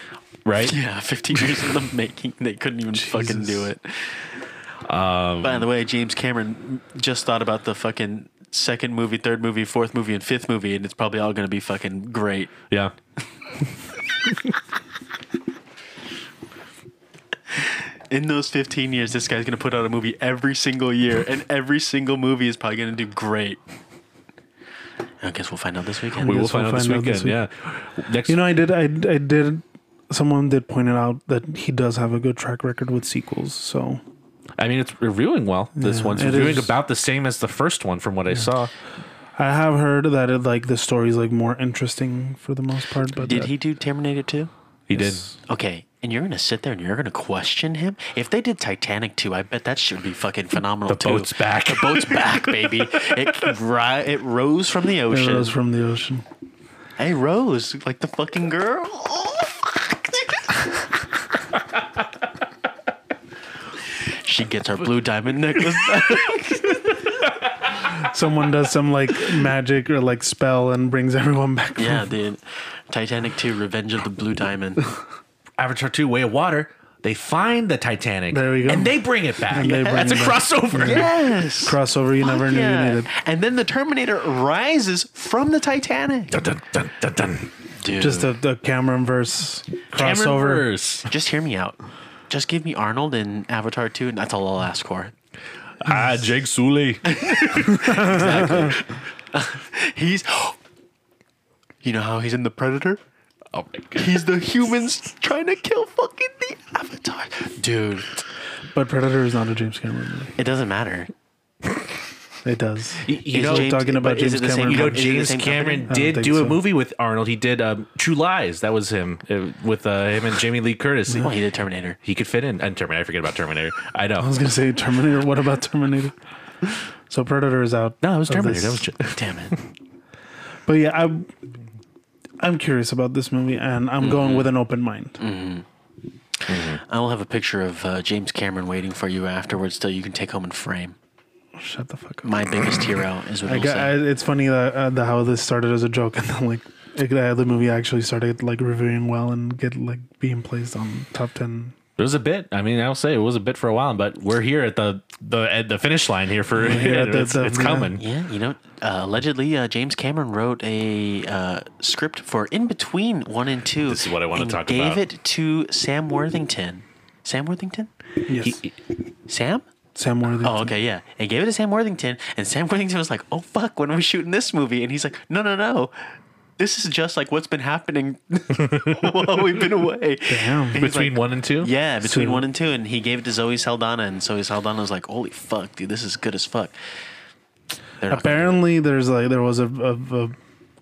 [SPEAKER 4] right?
[SPEAKER 3] Yeah, 15 years in the making, they couldn't even fucking do it. By the way, James Cameron just thought about the fucking second movie, third movie, fourth movie, and fifth movie, and it's probably all going to be fucking great.
[SPEAKER 4] Yeah.
[SPEAKER 3] In those 15 years, this guy's going to put out a movie every single year, and every single movie is probably going to do great. I guess we'll find out this weekend.
[SPEAKER 4] We will
[SPEAKER 5] guess
[SPEAKER 4] find,
[SPEAKER 5] we'll
[SPEAKER 4] out, this
[SPEAKER 5] find out
[SPEAKER 4] weekend.
[SPEAKER 5] this
[SPEAKER 4] Yeah. Next,
[SPEAKER 5] You know, I did. I, I did. Someone did point it out that he does have a good track record with sequels. So
[SPEAKER 4] I mean, it's reviewing well. This
[SPEAKER 5] Yeah,
[SPEAKER 4] one's
[SPEAKER 5] it
[SPEAKER 4] reviewing
[SPEAKER 5] is.
[SPEAKER 4] about the same as the first one, from what I saw.
[SPEAKER 5] I have heard that it, like the story's like more interesting for the most part. But
[SPEAKER 3] Did
[SPEAKER 5] that-
[SPEAKER 3] he do Terminator 2?
[SPEAKER 4] He
[SPEAKER 5] Yes.
[SPEAKER 3] Okay, and you're gonna sit there and you're gonna question him. If they did Titanic 2, I bet that should be fucking phenomenal
[SPEAKER 4] did.
[SPEAKER 3] too.
[SPEAKER 4] Boat's back.
[SPEAKER 3] The boat's back, baby. It ri- it rose from the
[SPEAKER 5] It
[SPEAKER 3] ocean.
[SPEAKER 5] rose from the ocean.
[SPEAKER 3] Hey, Rose, like the fucking girl. Oh, fuck. she gets her blue diamond necklace. back.
[SPEAKER 5] Someone does some like magic or like spell and brings everyone back. from-
[SPEAKER 3] yeah, dude. Titanic 2, Revenge of the Blue Diamond.
[SPEAKER 4] Avatar Two: Way of Water. They find the Titanic.
[SPEAKER 5] There we go.
[SPEAKER 4] And they bring it back.
[SPEAKER 5] And they bring
[SPEAKER 4] That's a
[SPEAKER 5] it back.
[SPEAKER 4] crossover.
[SPEAKER 3] Yes.
[SPEAKER 5] crossover you never knew
[SPEAKER 3] Yeah.
[SPEAKER 5] you needed.
[SPEAKER 3] And then the Terminator rises from the Titanic.
[SPEAKER 4] Dun, dun, dun, dun, dun.
[SPEAKER 3] Dude.
[SPEAKER 5] Just a, the Cameron verse crossover.
[SPEAKER 4] Crossover.
[SPEAKER 3] Just hear me out. Just give me Arnold and Avatar 2, and that's all I'll ask for.
[SPEAKER 4] Ah, Jake Sully.
[SPEAKER 3] He's. You know how he's in The Predator?
[SPEAKER 4] oh my god.
[SPEAKER 3] He's the humans trying to kill fucking the Avatar. Dude,
[SPEAKER 5] But Predator is not a James Cameron movie.
[SPEAKER 3] it doesn't matter.
[SPEAKER 5] It does.
[SPEAKER 4] You
[SPEAKER 3] Is
[SPEAKER 4] know,
[SPEAKER 3] James-
[SPEAKER 5] talking about
[SPEAKER 3] but is
[SPEAKER 5] James
[SPEAKER 3] it the same
[SPEAKER 5] Cameron.
[SPEAKER 4] you know
[SPEAKER 3] com- is it the
[SPEAKER 4] James
[SPEAKER 3] same
[SPEAKER 4] Cameron
[SPEAKER 3] company?
[SPEAKER 5] don't
[SPEAKER 4] did
[SPEAKER 5] think
[SPEAKER 4] do
[SPEAKER 5] so.
[SPEAKER 4] a movie with Arnold. He did um, True Lies. That was him uh, with uh, him and Jamie Lee Curtis.
[SPEAKER 3] Well, he did Terminator.
[SPEAKER 4] He could fit in. And Terminator. I forget about Terminator. I
[SPEAKER 5] I
[SPEAKER 4] know.
[SPEAKER 5] was gonna say Terminator. What about Terminator? So Predator is out.
[SPEAKER 4] No, it was
[SPEAKER 5] of
[SPEAKER 4] Terminator.
[SPEAKER 5] this.
[SPEAKER 4] That was J-
[SPEAKER 3] Damn it.
[SPEAKER 5] But yeah, I'm I'm curious about this movie, and I'm going
[SPEAKER 4] Mm-hmm.
[SPEAKER 5] with an open mind.
[SPEAKER 4] Mm.
[SPEAKER 3] I will have a picture of uh, James Cameron waiting for you afterwards till you can take home and frame.
[SPEAKER 5] Shut the fuck up.
[SPEAKER 3] My biggest hero is what
[SPEAKER 5] I
[SPEAKER 3] he'll
[SPEAKER 5] got, I,
[SPEAKER 3] say.
[SPEAKER 5] it's funny that uh, the, how this started as a joke, and then like it, uh, the movie actually started like reviewing well and get like being placed on top ten.
[SPEAKER 4] It was a bit. I mean, I'll say it was a bit for a while, but we're here at the the at the finish line here for
[SPEAKER 5] here at the-
[SPEAKER 4] it's,
[SPEAKER 5] the-
[SPEAKER 4] it's
[SPEAKER 5] yeah.
[SPEAKER 4] coming.
[SPEAKER 3] Yeah, you know, uh, allegedly uh, James Cameron wrote a uh, script for in between one and two.
[SPEAKER 4] This is what I wanna
[SPEAKER 3] and
[SPEAKER 4] talk
[SPEAKER 3] gave
[SPEAKER 4] about.
[SPEAKER 3] Gave it to Sam Worthington. Sam Worthington?
[SPEAKER 5] Yes,
[SPEAKER 3] Sam?
[SPEAKER 5] Sam Worthington.
[SPEAKER 3] Oh, okay, yeah. And gave it to Sam Worthington, and Sam Worthington was like, "Oh fuck, when are we shooting this movie?" And he's like, "No, no, no." This is just like what's been happening while we've been away.
[SPEAKER 5] Damn.
[SPEAKER 3] And he's
[SPEAKER 4] Between
[SPEAKER 3] like-
[SPEAKER 4] one and two,
[SPEAKER 3] Yeah, between
[SPEAKER 5] So-
[SPEAKER 3] one and two, and he gave it to Zoe Saldana, and Zoe Saldana was like, "Holy fuck, dude, this is good as fuck." They're not gonna-
[SPEAKER 5] Apparently, there's like there was a, a, a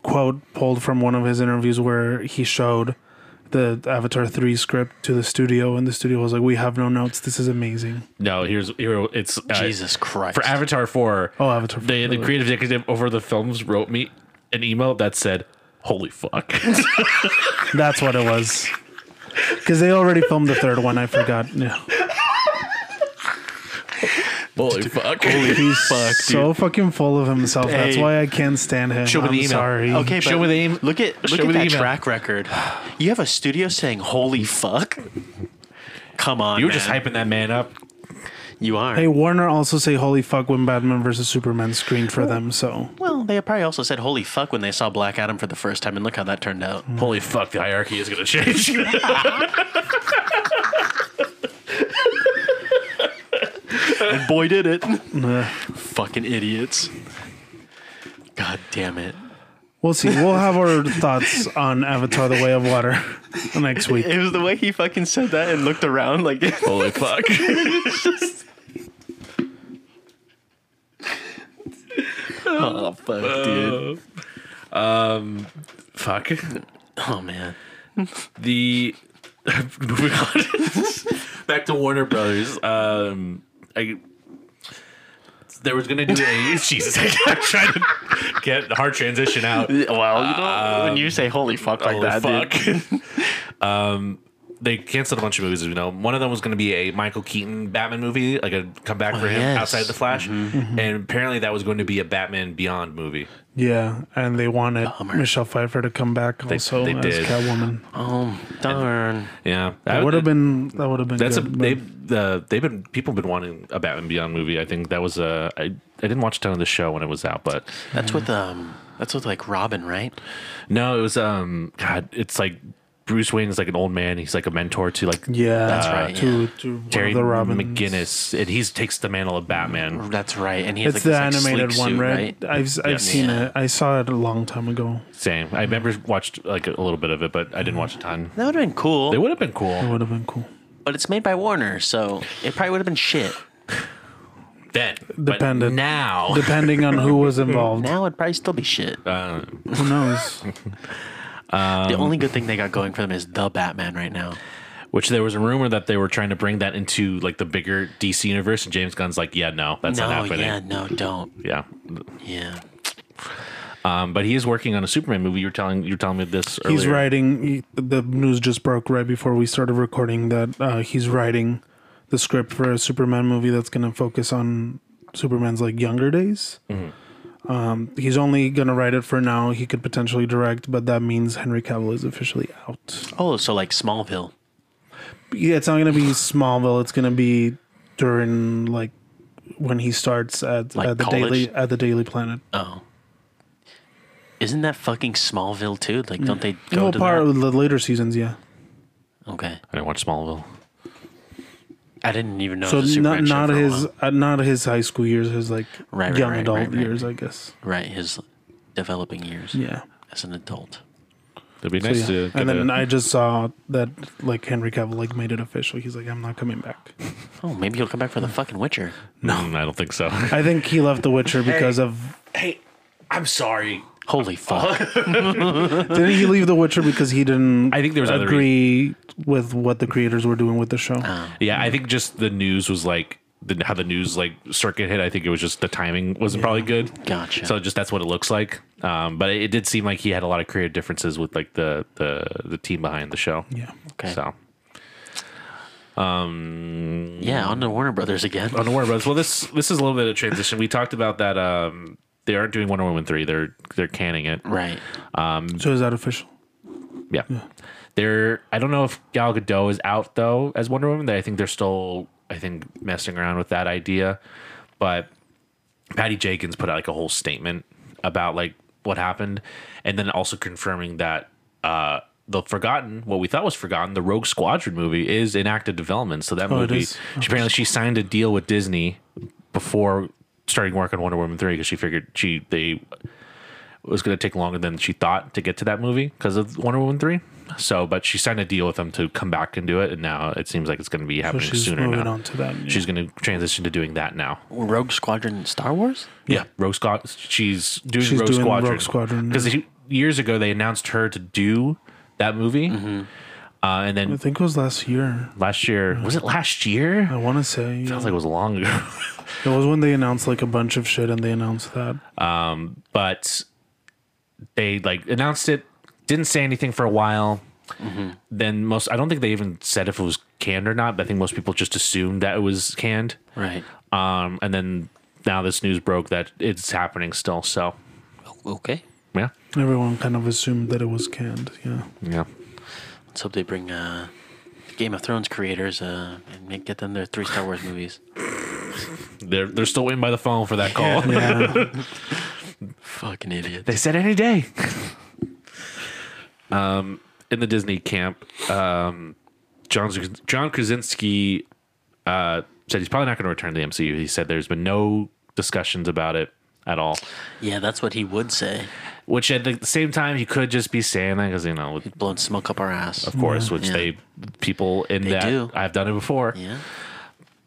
[SPEAKER 5] quote pulled from one of his interviews where he showed the Avatar three script to the studio, and the studio was like, "We have no notes. This is amazing."
[SPEAKER 4] No, here's here it's uh,
[SPEAKER 3] Jesus Christ!
[SPEAKER 4] for Avatar four.
[SPEAKER 5] Oh, Avatar
[SPEAKER 4] The
[SPEAKER 5] 4,
[SPEAKER 4] the
[SPEAKER 5] really.
[SPEAKER 4] creative executive over the films wrote me an email that said, "Holy fuck!"
[SPEAKER 5] That's what it was. Because they already filmed the third one. I forgot. Yeah.
[SPEAKER 4] Holy fuck!
[SPEAKER 5] He's so fucking full of himself. That's
[SPEAKER 3] Hey.
[SPEAKER 5] why I can't stand him.
[SPEAKER 4] Show me
[SPEAKER 5] I'm
[SPEAKER 4] the email.
[SPEAKER 5] sorry.
[SPEAKER 3] Okay, but
[SPEAKER 4] Show me the em-
[SPEAKER 3] look at look
[SPEAKER 4] show
[SPEAKER 3] at
[SPEAKER 4] me the
[SPEAKER 3] that
[SPEAKER 4] email.
[SPEAKER 3] track record. You have a studio saying "Holy fuck." Come on,
[SPEAKER 4] You were just
[SPEAKER 3] man.
[SPEAKER 4] hyping that man up.
[SPEAKER 3] You are.
[SPEAKER 5] Hey, Warner also say holy fuck when Batman versus Superman screened for them. So
[SPEAKER 3] Well, they probably also said "Holy fuck" when they saw Black Adam for the first time, and look how that turned out.
[SPEAKER 4] Holy fuck! The hierarchy is gonna change.
[SPEAKER 3] boy did it.
[SPEAKER 5] Nah.
[SPEAKER 3] Fucking idiots. God damn it.
[SPEAKER 5] We'll see. We'll have our thoughts on Avatar: The Way of Water next week.
[SPEAKER 3] It was the way he fucking said that and looked around like
[SPEAKER 4] Holy fuck.
[SPEAKER 3] Oh fuck, dude.
[SPEAKER 4] fuck.
[SPEAKER 3] Oh man.
[SPEAKER 4] The moving on back to Warner Brothers. Um, I there was gonna do a Jesus. I'm trying to get hard transition out.
[SPEAKER 3] Well, you know, when you say holy fuck like
[SPEAKER 4] Holy
[SPEAKER 3] that, dude.
[SPEAKER 4] fuck. um, they canceled a bunch of movies, as we know. One of them was going to be a Michael Keaton Batman movie, like a comeback
[SPEAKER 5] Oh,
[SPEAKER 4] for him
[SPEAKER 3] yes.
[SPEAKER 4] outside the Flash,
[SPEAKER 5] Mm-hmm.
[SPEAKER 4] and apparently that was going to be a Batman Beyond movie.
[SPEAKER 5] Yeah, and they wanted
[SPEAKER 3] Bummer.
[SPEAKER 5] Michelle Pfeiffer to come back also
[SPEAKER 4] they
[SPEAKER 5] as
[SPEAKER 4] did.
[SPEAKER 5] Catwoman.
[SPEAKER 3] Oh darn.
[SPEAKER 4] Yeah,
[SPEAKER 5] That would have been. That would have been.
[SPEAKER 4] That's a
[SPEAKER 5] good, but-
[SPEAKER 4] they the they've been people have been wanting a Batman Beyond movie. I think that was a I, I didn't watch a ton of the show when it was out, but
[SPEAKER 3] That's with um that's with like Robin, right?
[SPEAKER 4] no, it was um God, it's like Bruce Wayne is like an old man. He's like a mentor to like
[SPEAKER 5] yeah,
[SPEAKER 4] That's
[SPEAKER 3] right,
[SPEAKER 5] To, to one of
[SPEAKER 4] Terry
[SPEAKER 5] the Robins.
[SPEAKER 4] McGinnis, and he takes the mantle of Batman.
[SPEAKER 3] That's right. And he has
[SPEAKER 5] It's the
[SPEAKER 3] like this, like,
[SPEAKER 5] animated
[SPEAKER 3] sleek
[SPEAKER 5] one,
[SPEAKER 3] suit,
[SPEAKER 5] right? I've I've
[SPEAKER 4] Yes.
[SPEAKER 5] seen
[SPEAKER 3] Yeah.
[SPEAKER 5] it. I saw it a long time ago.
[SPEAKER 4] Same. I remember watched like a little bit of it, but I didn't watch a ton.
[SPEAKER 3] That would have been cool.
[SPEAKER 4] It would have been
[SPEAKER 5] It
[SPEAKER 4] cool
[SPEAKER 5] would have been cool.
[SPEAKER 3] but it's made by Warner, so it probably would have been shit.
[SPEAKER 4] then. But
[SPEAKER 5] Dependent.
[SPEAKER 4] now,
[SPEAKER 5] Depending on who was involved,
[SPEAKER 3] Now it'd probably still be shit.
[SPEAKER 4] uh,
[SPEAKER 5] who knows?
[SPEAKER 3] the only good thing they got going for them is the Batman right now.
[SPEAKER 4] which there was a rumor that they were trying to bring that into like the bigger DC universe, and James Gunn's like, yeah, no, that's
[SPEAKER 3] No,
[SPEAKER 4] not happening.
[SPEAKER 3] yeah, no, don't.
[SPEAKER 4] Yeah.
[SPEAKER 3] Yeah.
[SPEAKER 4] Um, but he is working on a Superman movie. You're telling you're telling me this. Earlier.
[SPEAKER 5] He's writing. he- the news just broke right before we started recording that uh, he's writing the script for a Superman movie that's going to focus on Superman's like younger days.
[SPEAKER 3] Mm-hmm.
[SPEAKER 5] Um, he's only going to write it for now. He could potentially direct, but that means Henry Cavill is officially out.
[SPEAKER 3] Oh, so like Smallville.
[SPEAKER 5] Yeah, it's not going to be Smallville. It's going to be during like when he starts at,
[SPEAKER 3] Like
[SPEAKER 5] at the
[SPEAKER 3] college?
[SPEAKER 5] daily at the Daily Planet.
[SPEAKER 3] Oh. Isn't that fucking Smallville too? Like, don't they go
[SPEAKER 5] Well,
[SPEAKER 3] to
[SPEAKER 5] part
[SPEAKER 3] that?
[SPEAKER 5] of the later seasons, yeah.
[SPEAKER 3] Okay,
[SPEAKER 4] I didn't watch Smallville.
[SPEAKER 3] I didn't even know.
[SPEAKER 5] So
[SPEAKER 3] it was a
[SPEAKER 5] not
[SPEAKER 3] Superman show
[SPEAKER 5] not
[SPEAKER 3] for a
[SPEAKER 5] his
[SPEAKER 3] while.
[SPEAKER 5] uh, not his high school years, his like
[SPEAKER 3] Right, right,
[SPEAKER 5] young
[SPEAKER 3] right,
[SPEAKER 5] adult
[SPEAKER 3] right, right.
[SPEAKER 5] years, I guess.
[SPEAKER 3] right his developing years.
[SPEAKER 5] Yeah.
[SPEAKER 3] as an adult.
[SPEAKER 4] It'd be
[SPEAKER 5] So,
[SPEAKER 4] nice
[SPEAKER 5] yeah.
[SPEAKER 4] to. Get
[SPEAKER 5] And then
[SPEAKER 4] a-
[SPEAKER 5] I just saw that like Henry Cavill like made it official. He's like, I'm not coming back.
[SPEAKER 3] Oh, maybe he'll come back for the fucking Witcher.
[SPEAKER 4] Mm, I don't think so.
[SPEAKER 5] I think he left The Witcher because of
[SPEAKER 4] hey, I'm sorry.
[SPEAKER 3] Holy fuck!
[SPEAKER 5] didn't he leave The Witcher because he didn't
[SPEAKER 4] I think there was other
[SPEAKER 5] agree with what the creators were doing with the show.
[SPEAKER 3] Ah.
[SPEAKER 4] Yeah, I think just the news was like the, how the news like circuit hit. I think it was just the timing wasn't probably good.
[SPEAKER 3] Gotcha.
[SPEAKER 4] So just that's what it looks like. Um, but it, it did seem like he had a lot of creative differences with like the the the team behind the show.
[SPEAKER 5] Yeah.
[SPEAKER 3] Okay.
[SPEAKER 4] So
[SPEAKER 3] Yeah, on to Warner Brothers again.
[SPEAKER 4] on to Warner Brothers. Well, this this is a little bit of transition. We talked about that. Um, they aren't doing Wonder Woman three. They're they're canning it.
[SPEAKER 3] Right.
[SPEAKER 5] So is that official?
[SPEAKER 4] Yeah. They're I don't know if Gal Gadot is out though as Wonder Woman. I think they're still I think messing around with that idea. But Patty Jenkins put out like a whole statement about like what happened and then also confirming that uh the forgotten what we thought was forgotten the rogue squadron movie is in active development so that
[SPEAKER 5] Oh, it
[SPEAKER 4] movie
[SPEAKER 5] is? Oh.
[SPEAKER 4] she, apparently she signed a deal with disney before starting work on wonder woman 3 because she figured she they it was going to take longer than she thought to get to that movie because of Wonder Woman 3. So, but she signed a deal with them to come back and do it. And now it seems like it's going to be
[SPEAKER 5] So
[SPEAKER 4] happening
[SPEAKER 5] she's
[SPEAKER 4] sooner
[SPEAKER 5] moving
[SPEAKER 4] now.
[SPEAKER 5] on to that.
[SPEAKER 4] She's going to transition to doing that now.
[SPEAKER 3] Rogue Squadron, Star Wars.
[SPEAKER 4] Yeah. Rogue Scott, she's doing
[SPEAKER 5] She's
[SPEAKER 4] Rogue
[SPEAKER 5] doing
[SPEAKER 4] Squadron.
[SPEAKER 5] Rogue Squadron,
[SPEAKER 4] Because years ago, they announced her to do that movie. Uh, and
[SPEAKER 5] I
[SPEAKER 4] then
[SPEAKER 5] think it was last year.
[SPEAKER 4] last year, was it last year?
[SPEAKER 5] I want to say
[SPEAKER 4] Sounds like it was long ago.
[SPEAKER 5] it was when they announced like a bunch of shit and they announced that.
[SPEAKER 4] but they like announced it didn't say anything for a while then most i don't think they even said if it was canned or not but i think most people just assumed that it was canned
[SPEAKER 3] Right.
[SPEAKER 4] um and then now this news broke that it's happening still so
[SPEAKER 3] Okay.
[SPEAKER 4] yeah
[SPEAKER 5] Everyone kind of assumed that it was canned. Yeah.
[SPEAKER 4] yeah
[SPEAKER 3] Let's hope they bring uh, Game of Thrones creators uh, and make, get them their three Star Wars movies.
[SPEAKER 4] they're they're still waiting by the phone for that
[SPEAKER 3] Oh.
[SPEAKER 4] call
[SPEAKER 5] Yeah.
[SPEAKER 3] Fucking idiot.
[SPEAKER 4] they said any day um in um, the disney camp um john Kras- john krasinski uh said he's probably not going to return to the MCU. He said there's been no discussions about it at all.
[SPEAKER 3] Yeah, that's what he would say.
[SPEAKER 4] Which at the same time, he could just be saying that because you know, with-
[SPEAKER 3] Blown smoke up our ass.
[SPEAKER 4] of course, which
[SPEAKER 3] Yeah.
[SPEAKER 4] they people in that
[SPEAKER 3] do.
[SPEAKER 4] I've done it before.
[SPEAKER 3] Yeah.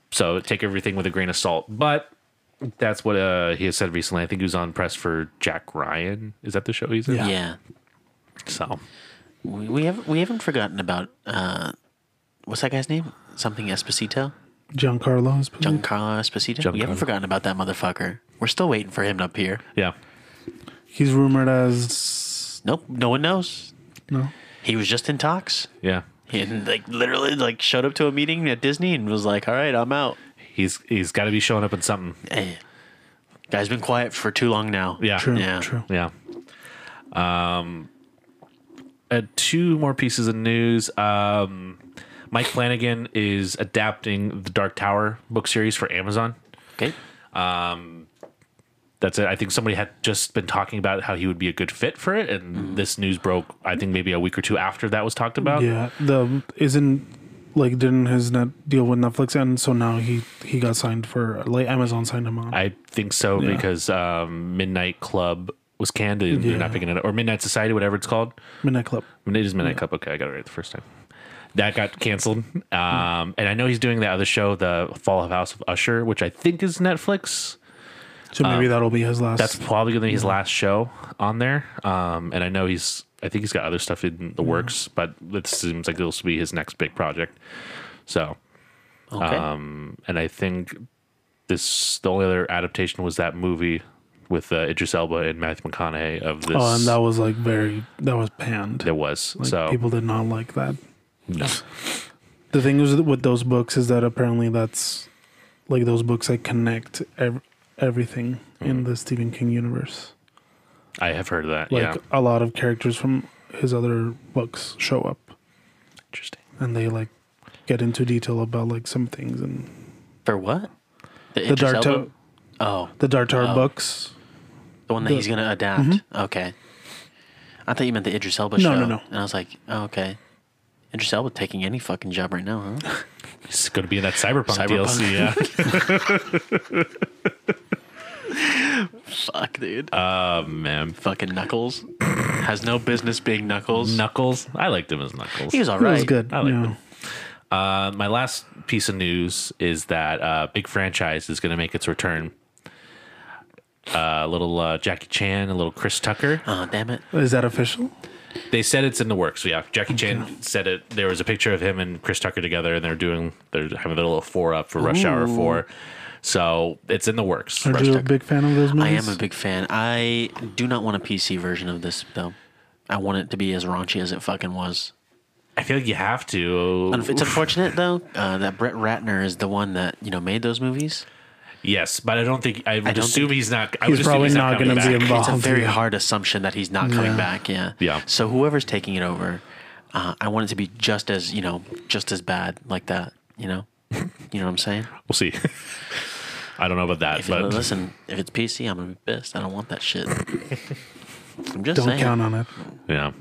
[SPEAKER 4] So take everything with a grain of salt. But that's what uh, he has said recently. I think he was on press for Jack Ryan. Is that the show he's in?
[SPEAKER 5] Yeah.
[SPEAKER 3] Yeah.
[SPEAKER 4] So
[SPEAKER 3] We, we have we haven't forgotten about uh, what's that guy's name? Something Esposito,
[SPEAKER 5] Giancarlo is
[SPEAKER 3] Giancarlo Esposito. We haven't
[SPEAKER 4] Giancarlo.
[SPEAKER 3] forgotten about that motherfucker. We're still waiting for him to appear.
[SPEAKER 4] yeah,
[SPEAKER 5] he's rumored as
[SPEAKER 3] Nope, no one knows.
[SPEAKER 5] no.
[SPEAKER 3] He was just in talks.
[SPEAKER 4] yeah.
[SPEAKER 3] And like literally, like showed up to a meeting at Disney and was like, "All right, I'm out."
[SPEAKER 4] He's he's got to be showing up in something.
[SPEAKER 3] Eh. Guy's been quiet for too long now.
[SPEAKER 4] Yeah,
[SPEAKER 5] True,
[SPEAKER 3] Yeah.
[SPEAKER 5] true.
[SPEAKER 4] Yeah. Um, uh, Um, two more pieces of news. Um, Mike Flanagan is adapting the Dark Tower book series for Amazon.
[SPEAKER 3] Okay.
[SPEAKER 4] That's it. I think somebody had just been talking about how he would be a good fit for it, and this news broke. I think maybe a week or two after that was talked about.
[SPEAKER 5] Yeah, the isn't like didn't his net deal with Netflix end? So now he he got signed for like Amazon signed him on.
[SPEAKER 4] I think so
[SPEAKER 5] Yeah.
[SPEAKER 4] because um, Midnight Club was canned. and They're
[SPEAKER 5] Yeah.
[SPEAKER 4] not picking it up, or Midnight Society, whatever it's called.
[SPEAKER 5] Midnight Club.
[SPEAKER 4] I mean, it is Midnight Cup. Okay, I got it right the first time. That got canceled. Um, And I know he's doing that other show, The Fall of House of Usher, which I think is Netflix.
[SPEAKER 5] So maybe that'll be his last.
[SPEAKER 4] Uh, That's probably going to be
[SPEAKER 5] Mm-hmm.
[SPEAKER 4] his last show on there. Um, and I know he's, I think he's got other stuff in
[SPEAKER 5] Mm-hmm.
[SPEAKER 4] the works, but it seems like this will be his next big project. So,
[SPEAKER 3] Okay.
[SPEAKER 4] um, and I think this, the only other adaptation was that movie with uh, Idris Elba and Matthew McConaughey of this.
[SPEAKER 5] oh, and that was like very that was panned.
[SPEAKER 4] there was.
[SPEAKER 5] Like,
[SPEAKER 4] so,
[SPEAKER 5] people did not like that.
[SPEAKER 4] no.
[SPEAKER 5] The thing is with those books is that apparently that's like those books that connect ev- everything
[SPEAKER 4] Mm.
[SPEAKER 5] in the Stephen King universe.
[SPEAKER 4] I have heard of that.
[SPEAKER 5] Like
[SPEAKER 4] yeah.
[SPEAKER 5] a lot of characters from his other books show up,
[SPEAKER 4] Interesting.
[SPEAKER 5] and they like get into detail about like some things and
[SPEAKER 3] for what? The,
[SPEAKER 5] the
[SPEAKER 3] Idris
[SPEAKER 5] Dark
[SPEAKER 3] Elba-
[SPEAKER 5] Tower,
[SPEAKER 3] Oh,
[SPEAKER 5] the Dark Tower
[SPEAKER 3] Oh.
[SPEAKER 5] books.
[SPEAKER 3] the one that
[SPEAKER 5] the- Mm-hmm.
[SPEAKER 3] he's gonna adapt. Okay. I thought you meant the Idris Elba
[SPEAKER 5] No,
[SPEAKER 3] show.
[SPEAKER 5] no, no.
[SPEAKER 3] And I was like, oh, okay. Idris Elba taking any fucking job right now, huh?
[SPEAKER 4] It's going to be in that Cyberpunk,
[SPEAKER 3] Cyberpunk.
[SPEAKER 4] DLC. Yeah.
[SPEAKER 3] Fuck, dude.
[SPEAKER 4] Man.
[SPEAKER 3] Uh, fucking Knuckles has no business being Knuckles.
[SPEAKER 4] Knuckles. I liked him as Knuckles.
[SPEAKER 3] He was all
[SPEAKER 5] That
[SPEAKER 3] right.
[SPEAKER 5] was good.
[SPEAKER 4] I like
[SPEAKER 5] yeah.
[SPEAKER 4] them. Uh, my last piece of news is that uh, big franchise is going to make its return. Uh, little uh, Jackie Chan and little Chris Tucker.
[SPEAKER 3] Oh, damn it.
[SPEAKER 5] Is that official?
[SPEAKER 4] They said it's in the works. Yeah, Jackie Chan said it. There was a picture of him and Chris Tucker together, and they're doing they're having their little four up for Rush Hour Four. So it's in the works.
[SPEAKER 5] Are
[SPEAKER 4] Rush-
[SPEAKER 5] you a
[SPEAKER 3] Tucker.
[SPEAKER 5] big fan of those
[SPEAKER 3] I
[SPEAKER 5] movies?
[SPEAKER 3] am a big fan. I do not want a PC version of this, though. I want it to be as raunchy as it fucking was.
[SPEAKER 4] I feel like you have to.
[SPEAKER 3] Unf- It's unfortunate, though, uh, that Brett Ratner is the one that, you know, made those movies.
[SPEAKER 4] yes, but I don't think I would
[SPEAKER 3] don't
[SPEAKER 4] assume he's not. I
[SPEAKER 5] He's
[SPEAKER 4] would assume
[SPEAKER 5] probably not
[SPEAKER 4] coming
[SPEAKER 5] gonna be
[SPEAKER 4] back.
[SPEAKER 5] in-
[SPEAKER 3] It's a
[SPEAKER 5] involved,
[SPEAKER 3] very
[SPEAKER 5] yeah.
[SPEAKER 3] hard assumption that he's not coming
[SPEAKER 5] Yeah.
[SPEAKER 3] back. Yeah.
[SPEAKER 4] Yeah.
[SPEAKER 3] So whoever's taking it over, uh, I want it to be just as you know, just as bad like that. You know. You know what I'm saying?
[SPEAKER 4] We'll see. I don't know about that,
[SPEAKER 3] If it,
[SPEAKER 4] but
[SPEAKER 3] listen, if it's PC, I'm gonna be pissed. I don't want that shit. I'm just
[SPEAKER 5] Don't
[SPEAKER 3] saying.
[SPEAKER 5] count on it.
[SPEAKER 4] yeah.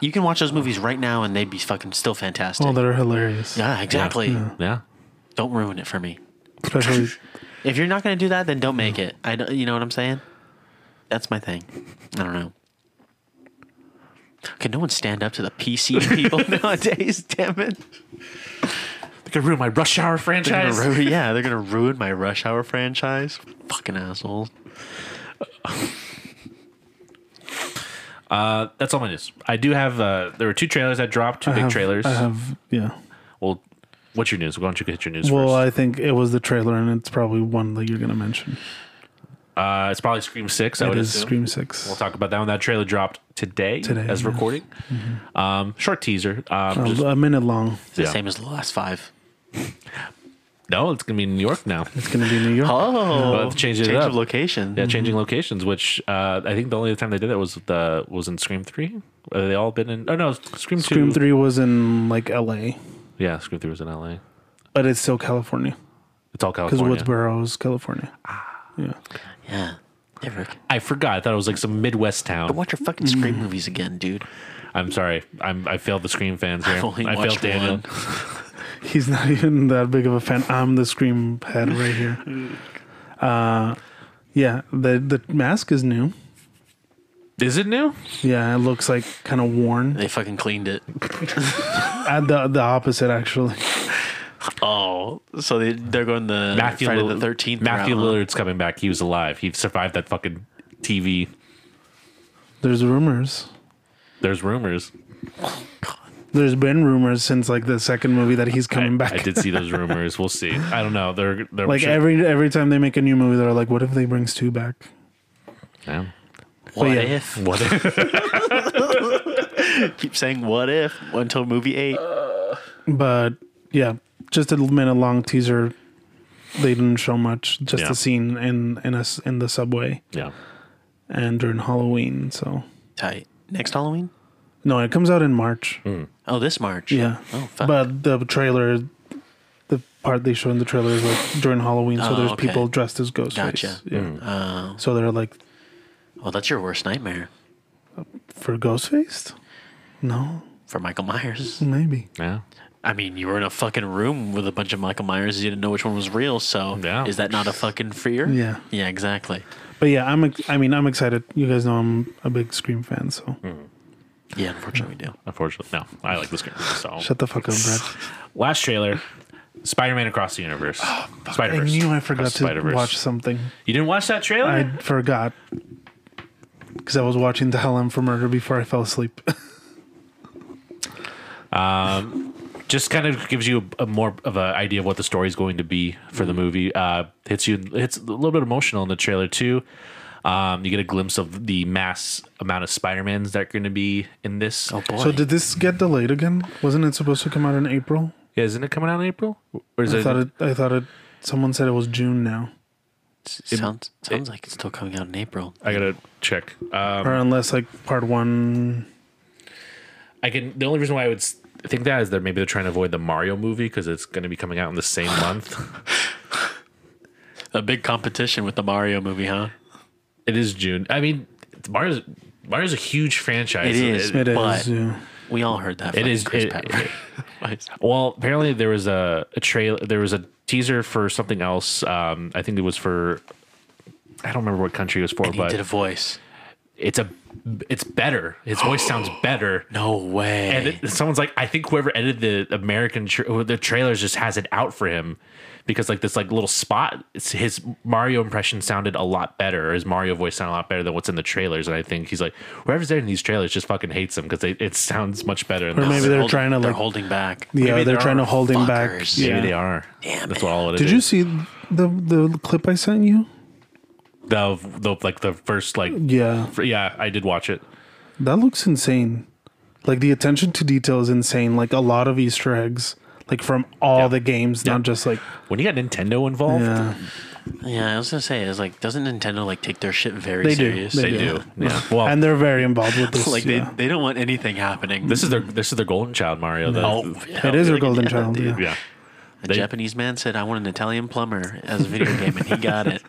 [SPEAKER 3] You can watch those movies right now, and they'd be fucking still fantastic.
[SPEAKER 5] Oh, they're hilarious.
[SPEAKER 3] yeah, exactly.
[SPEAKER 4] Yeah.
[SPEAKER 3] Don't ruin it for me.
[SPEAKER 5] Especially
[SPEAKER 3] If you're not gonna do that, then don't make it. I don't, you know what I'm saying? That's my thing. I don't know. Can no one stand up to the PC people nowadays? Damn it!
[SPEAKER 4] They could ruin my rush hour
[SPEAKER 3] They're
[SPEAKER 4] franchise.
[SPEAKER 3] gonna ru- yeah, they're gonna ruin my Rush Hour franchise. Fucking assholes.
[SPEAKER 4] Uh, that's all my news. I do have uh there were two trailers that dropped, two
[SPEAKER 5] I
[SPEAKER 4] big
[SPEAKER 5] have,
[SPEAKER 4] trailers.
[SPEAKER 5] I have yeah.
[SPEAKER 4] Well what's your news? Why don't you get your news
[SPEAKER 5] Well, uh,
[SPEAKER 4] first?
[SPEAKER 5] I think it was the trailer, and it's probably one that you're gonna mention.
[SPEAKER 4] uh it's probably Scream Six, I
[SPEAKER 5] It
[SPEAKER 4] would
[SPEAKER 5] is
[SPEAKER 4] assume.
[SPEAKER 5] Scream 6
[SPEAKER 4] We'll talk about that one. That trailer dropped today,
[SPEAKER 5] Today, Mm-hmm.
[SPEAKER 4] as
[SPEAKER 5] yeah.
[SPEAKER 4] recording. Um short teaser. Um
[SPEAKER 5] Uh,
[SPEAKER 4] just-
[SPEAKER 5] a minute long.
[SPEAKER 3] The
[SPEAKER 4] Yeah.
[SPEAKER 3] same as the last five.
[SPEAKER 4] no, it's gonna be in New York now.
[SPEAKER 5] It's mm-hmm. gonna be New York.
[SPEAKER 3] Oh,
[SPEAKER 4] let's change it
[SPEAKER 3] change
[SPEAKER 4] up.
[SPEAKER 3] of location.
[SPEAKER 4] Yeah, changing locations, which uh I think the only time they did that was the was in Scream Three. Have they all been in oh no, Scream Two.
[SPEAKER 5] Scream Three was in like L.A.,
[SPEAKER 4] Yeah, Scream Three was in LA.
[SPEAKER 5] but it's still California
[SPEAKER 4] It's all
[SPEAKER 5] because
[SPEAKER 4] California.
[SPEAKER 5] Woodsboro is California. Yeah,
[SPEAKER 3] Yeah. Eric.
[SPEAKER 4] I forgot. I thought it was like some Midwest town.
[SPEAKER 3] Watch your fucking Scream movies again, dude.
[SPEAKER 4] I'm sorry. I'm I failed the Scream fans here.
[SPEAKER 3] I've only
[SPEAKER 4] I failed
[SPEAKER 3] watched
[SPEAKER 4] Daniel.
[SPEAKER 3] one.
[SPEAKER 5] He's not even that big of a fan. I'm the Scream head right here. Uh, yeah, the the mask is new.
[SPEAKER 4] Is it new?
[SPEAKER 5] Yeah, it looks like kind of worn.
[SPEAKER 3] They fucking cleaned it.
[SPEAKER 5] Uh, the the opposite actually.
[SPEAKER 3] Oh, so they they're going the
[SPEAKER 5] Uh,
[SPEAKER 4] Matthew
[SPEAKER 3] Friday the
[SPEAKER 4] Lillard-
[SPEAKER 3] Thirteenth.
[SPEAKER 4] Matthew Lillard's coming back. He was alive. He survived that fucking TV.
[SPEAKER 5] There's rumors.
[SPEAKER 4] There's rumors.
[SPEAKER 5] There's been rumors since like the second movie that he's coming
[SPEAKER 4] I,
[SPEAKER 5] back.
[SPEAKER 4] I did see those rumors. We'll see. I don't know. They're they're
[SPEAKER 5] like
[SPEAKER 4] sure-
[SPEAKER 5] every every time they make a new movie, they're like, "What if they brings two back?"
[SPEAKER 4] Oh, Yeah.
[SPEAKER 3] What
[SPEAKER 5] yeah.
[SPEAKER 3] if?
[SPEAKER 4] What if-
[SPEAKER 3] Keep saying what if until movie eight.
[SPEAKER 5] But yeah, just a minute long teaser. They didn't show much. Just
[SPEAKER 4] Yeah.
[SPEAKER 5] a scene in in us in the subway
[SPEAKER 4] yeah.
[SPEAKER 5] and during Halloween. So
[SPEAKER 3] Tight. Next Halloween?
[SPEAKER 5] no, it comes out in March.
[SPEAKER 3] Oh, this March.
[SPEAKER 5] Yeah,
[SPEAKER 3] Oh, fuck.
[SPEAKER 5] but the trailer, the part they show in the trailer is like during Halloween. So
[SPEAKER 3] Oh,
[SPEAKER 5] there's
[SPEAKER 3] okay.
[SPEAKER 5] people dressed as ghosts.
[SPEAKER 3] Gotcha. Mm. Oh.
[SPEAKER 5] Yeah. So they're like
[SPEAKER 3] Well, that's your worst nightmare
[SPEAKER 5] for Ghostface. No,
[SPEAKER 3] for Michael Myers.
[SPEAKER 5] maybe.
[SPEAKER 4] Yeah.
[SPEAKER 3] I mean, you were in a fucking room with a bunch of Michael Myers. You didn't know which one was real. So
[SPEAKER 4] Yeah.
[SPEAKER 3] is that not a fucking fear?
[SPEAKER 5] Yeah.
[SPEAKER 3] Yeah, exactly.
[SPEAKER 5] But yeah, I'm. ex- I mean, I'm excited. You guys know I'm a big Scream fan, so
[SPEAKER 3] Mm. Yeah, unfortunately, we do.
[SPEAKER 4] Unfortunately, no. I like this game. So
[SPEAKER 5] shut the fuck up, Brad.
[SPEAKER 4] last trailer, Spider-Man Across the Universe. Spider
[SPEAKER 5] Oh, I
[SPEAKER 4] Verse.
[SPEAKER 5] knew I forgot to watch something.
[SPEAKER 4] You didn't watch that trailer?
[SPEAKER 5] I forgot because I was watching The Hell M for Murder before I fell asleep.
[SPEAKER 4] just kind of gives you a, a more of an idea of what the story is going to be for the movie. Uh, hits you, hits a little bit emotional in the trailer too. Um, you get a glimpse of the mass amount of Spider Mans that are going to be in this.
[SPEAKER 3] Oh, boy.
[SPEAKER 5] so did this get delayed again? Wasn't it supposed to come out in April?
[SPEAKER 4] Yeah, isn't it coming out in April? Or is
[SPEAKER 5] I
[SPEAKER 4] it?
[SPEAKER 5] thought it. I thought it. Someone said it was June now,
[SPEAKER 3] sounds sounds like it's still coming out in April.
[SPEAKER 4] I gotta check. Um,
[SPEAKER 5] or unless like part one.
[SPEAKER 4] I can. The only reason why I would s- think that is that maybe they're trying to avoid the Mario movie because it's going to be coming out in the same month.
[SPEAKER 3] A big competition with the Mario movie, huh?
[SPEAKER 4] it is June. I mean, Mario's Mario's a huge franchise.
[SPEAKER 3] It is.
[SPEAKER 5] It is.
[SPEAKER 3] But-
[SPEAKER 5] yeah.
[SPEAKER 3] We all heard that. fucking
[SPEAKER 4] is-
[SPEAKER 3] Chris
[SPEAKER 4] it-
[SPEAKER 3] Pratt.
[SPEAKER 4] Well, apparently there was a, a trail. There was a teaser for something else. Um, I think it was for. I don't remember what country it was for,
[SPEAKER 3] and he
[SPEAKER 4] but
[SPEAKER 3] did a voice.
[SPEAKER 4] it's a. It's better. His voice sounds better.
[SPEAKER 3] No way.
[SPEAKER 4] And it- someone's like, I think whoever edited the American tra- or the trailers just has it out for him, because like this like little spot, it's his Mario impression sounded a lot better, or his Mario voice sounded a lot better than what's in the trailers. And I think he's like, whoever's editing these trailers just fucking hates him because it sounds much better. In
[SPEAKER 5] Or
[SPEAKER 4] this.
[SPEAKER 5] maybe they're trying to,
[SPEAKER 3] They're
[SPEAKER 5] like-
[SPEAKER 3] holding back.
[SPEAKER 5] Yeah,
[SPEAKER 4] Maybe
[SPEAKER 5] they're
[SPEAKER 4] there
[SPEAKER 5] trying to
[SPEAKER 4] are
[SPEAKER 5] hold him back.
[SPEAKER 3] fuckers.
[SPEAKER 5] Yeah.
[SPEAKER 4] maybe they are.
[SPEAKER 3] Damn
[SPEAKER 4] That's
[SPEAKER 3] it.
[SPEAKER 4] all it
[SPEAKER 5] Did
[SPEAKER 4] is.
[SPEAKER 5] you see the the clip I sent you?
[SPEAKER 4] the the like the first like
[SPEAKER 5] Yeah,
[SPEAKER 4] fr- yeah I did watch it.
[SPEAKER 5] that looks insane. Like the attention to detail is insane. Like a lot of Easter eggs, like from all the games,
[SPEAKER 4] Yeah.
[SPEAKER 5] not just like
[SPEAKER 4] When you got Nintendo involved,
[SPEAKER 5] yeah.
[SPEAKER 3] Yeah, I was gonna say is like, doesn't Nintendo like take their shit very
[SPEAKER 5] They do.
[SPEAKER 3] serious?
[SPEAKER 5] They
[SPEAKER 4] they
[SPEAKER 5] Yeah.
[SPEAKER 4] do. Yeah. Well,
[SPEAKER 5] and they're very involved with this.
[SPEAKER 3] like
[SPEAKER 5] yeah.
[SPEAKER 3] they, they don't want anything happening.
[SPEAKER 4] this is their this is their golden child Mario. though.
[SPEAKER 5] Oh, it is their golden child. Yeah.
[SPEAKER 4] yeah.
[SPEAKER 3] A
[SPEAKER 4] They-
[SPEAKER 3] Japanese man said, "I want an Italian plumber as a video game," and he got it.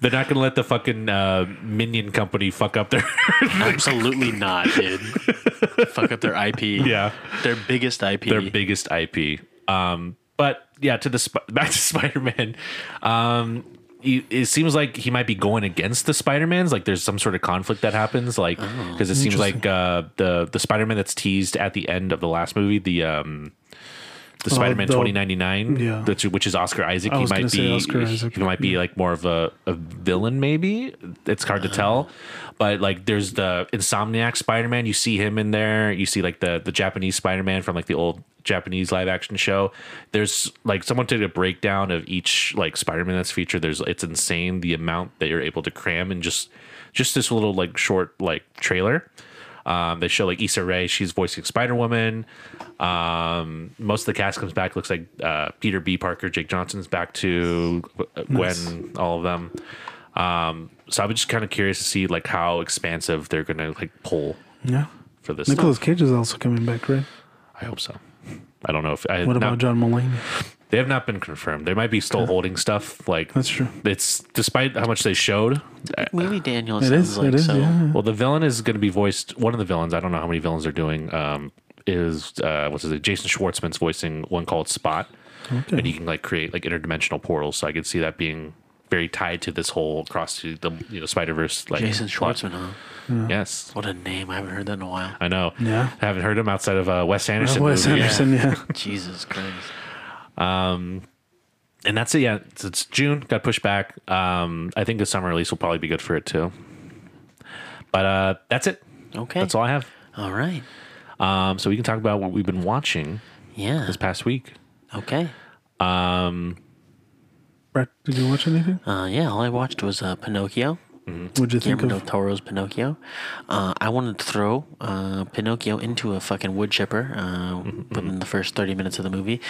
[SPEAKER 4] They're not gonna let the fucking uh, minion company fuck up their
[SPEAKER 3] Absolutely not, dude. Fuck up their IP.
[SPEAKER 4] yeah
[SPEAKER 3] their biggest IP.
[SPEAKER 4] their biggest IP. Um, but yeah, to the sp- back to Spider Man. Um, he- it seems like he might be going against the Spider Mans. Like there's some sort of conflict that happens. Like
[SPEAKER 5] Oh,
[SPEAKER 4] because it seems like uh, the the Spider Man that's teased at the end of the last movie, the um, the Spider Man
[SPEAKER 5] Uh, the-
[SPEAKER 4] 2099,
[SPEAKER 5] yeah.
[SPEAKER 4] that's- which is Oscar Isaac.
[SPEAKER 5] I
[SPEAKER 4] He
[SPEAKER 5] was gonna
[SPEAKER 4] might
[SPEAKER 5] say
[SPEAKER 4] be
[SPEAKER 5] Oscar Isaac,
[SPEAKER 4] he might be like more of a, a villain. Maybe it's hard to
[SPEAKER 5] Uh,
[SPEAKER 4] tell. But like there's the Insomniac Spider Man. You see him in there. You see like the the Japanese Spider Man from like the old Japanese live action show. There's like someone did a breakdown of each like Spider Man that's featured. There's it's insane the amount that you're able to cram in just just this little like short like trailer. Um, they show like Issa Rae, she's voicing Spider Woman. Um, most of the cast comes back. Looks like uh, Peter B. Parker, Jake Johnson's back to Gwen, all of them. Um, so I'm just kind of curious to see like how expansive they're gonna like pull
[SPEAKER 5] yeah.
[SPEAKER 4] for this.
[SPEAKER 5] Nicholas
[SPEAKER 4] stuff.
[SPEAKER 5] Cage is also coming back, right?
[SPEAKER 4] I hope so. I don't know if I,
[SPEAKER 5] What
[SPEAKER 4] not-
[SPEAKER 5] about John Mulaney?
[SPEAKER 4] They have not been confirmed. They might be still holding stuff. Like
[SPEAKER 5] That's true.
[SPEAKER 4] It's despite how much they showed. uh,
[SPEAKER 3] movie Daniel.
[SPEAKER 5] It
[SPEAKER 3] sounds
[SPEAKER 5] is.
[SPEAKER 3] like
[SPEAKER 5] it is.
[SPEAKER 3] so.
[SPEAKER 5] Yeah.
[SPEAKER 4] Well, the villain is going to be voiced. One of the villains. I don't know how many villains they're doing. Um, is uh, what's his name? Jason Schwartzman's voicing one called Spot, and you can like create like interdimensional portals. So I could see that being very tied to this whole across to the you know Spider Verse like
[SPEAKER 3] Jason
[SPEAKER 4] plot.
[SPEAKER 3] Schwartzman, huh?
[SPEAKER 4] Yes,
[SPEAKER 3] What a name. I haven't heard that in a while.
[SPEAKER 4] I know.
[SPEAKER 5] Yeah.
[SPEAKER 4] I haven't heard him outside of uh, Wes Anderson.
[SPEAKER 5] Wes
[SPEAKER 4] movies.
[SPEAKER 5] Anderson, yeah.
[SPEAKER 3] Jesus Christ.
[SPEAKER 4] and that's it. Yeah, it's, it's June. Got pushed back. Um, I think the summer release will probably be good for it too. But uh, that's it.
[SPEAKER 3] Okay.
[SPEAKER 4] That's all I have.
[SPEAKER 3] All right.
[SPEAKER 4] Um, so we can talk about what we've been watching
[SPEAKER 3] Yeah.
[SPEAKER 4] this past week.
[SPEAKER 3] Okay.
[SPEAKER 5] Brett, did you watch anything?
[SPEAKER 3] Uh, yeah, all I watched was uh, Pinocchio.
[SPEAKER 5] What'd you think
[SPEAKER 3] Guillermo del
[SPEAKER 5] of?
[SPEAKER 3] Toro's Pinocchio. Uh, I wanted to throw uh, Pinocchio into a fucking wood chipper uh,
[SPEAKER 5] Mm-hmm,
[SPEAKER 3] within the first 30 minutes of the movie.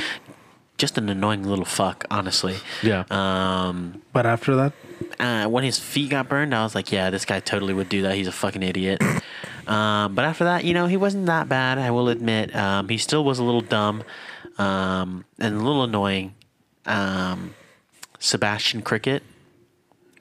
[SPEAKER 3] Just an annoying little fuck, honestly.
[SPEAKER 4] Yeah.
[SPEAKER 3] Um,
[SPEAKER 5] But after that,
[SPEAKER 3] uh, when his feet got burned, I was like, yeah, this guy totally would do that. He's a fucking idiot. um, but after that, you know, he wasn't that bad, I will admit. Um, he still was a little dumb um, and a little annoying. Um, Sebastian Cricket,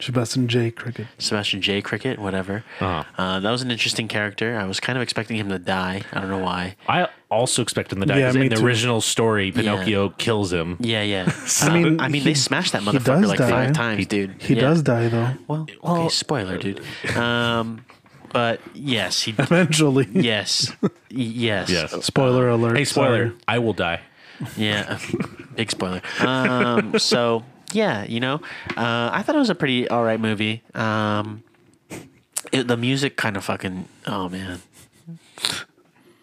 [SPEAKER 5] Sebastian J. Cricket.
[SPEAKER 3] Sebastian J. Cricket, whatever.
[SPEAKER 4] Uh-huh.
[SPEAKER 3] Uh, that was an interesting character. I was kind of expecting him to die. I don't know why.
[SPEAKER 4] I also expect him to die.
[SPEAKER 5] Yeah,
[SPEAKER 4] 'cause
[SPEAKER 5] me
[SPEAKER 4] in the
[SPEAKER 5] too.
[SPEAKER 4] original story, Pinocchio kills him.
[SPEAKER 3] Yeah, yeah.
[SPEAKER 5] I mean,
[SPEAKER 3] Uh, I mean,
[SPEAKER 5] he-
[SPEAKER 3] they smashed that
[SPEAKER 5] he
[SPEAKER 3] motherfucker
[SPEAKER 5] does
[SPEAKER 3] like
[SPEAKER 5] die.
[SPEAKER 3] five times, dude.
[SPEAKER 5] He
[SPEAKER 3] Yeah.
[SPEAKER 5] does die though.
[SPEAKER 3] Well, uh, okay, spoiler, dude. Um, but yes, he.
[SPEAKER 5] Eventually.
[SPEAKER 3] Yes, Y- yes,
[SPEAKER 4] Yes.
[SPEAKER 5] Spoiler
[SPEAKER 3] Uh,
[SPEAKER 5] alert.
[SPEAKER 4] Hey, spoiler!
[SPEAKER 5] sorry.
[SPEAKER 4] I will die.
[SPEAKER 3] yeah. Big spoiler. Um, so yeah, you know, uh, I thought it was a pretty all right movie. Um, it, the music kind of fucking. Oh man.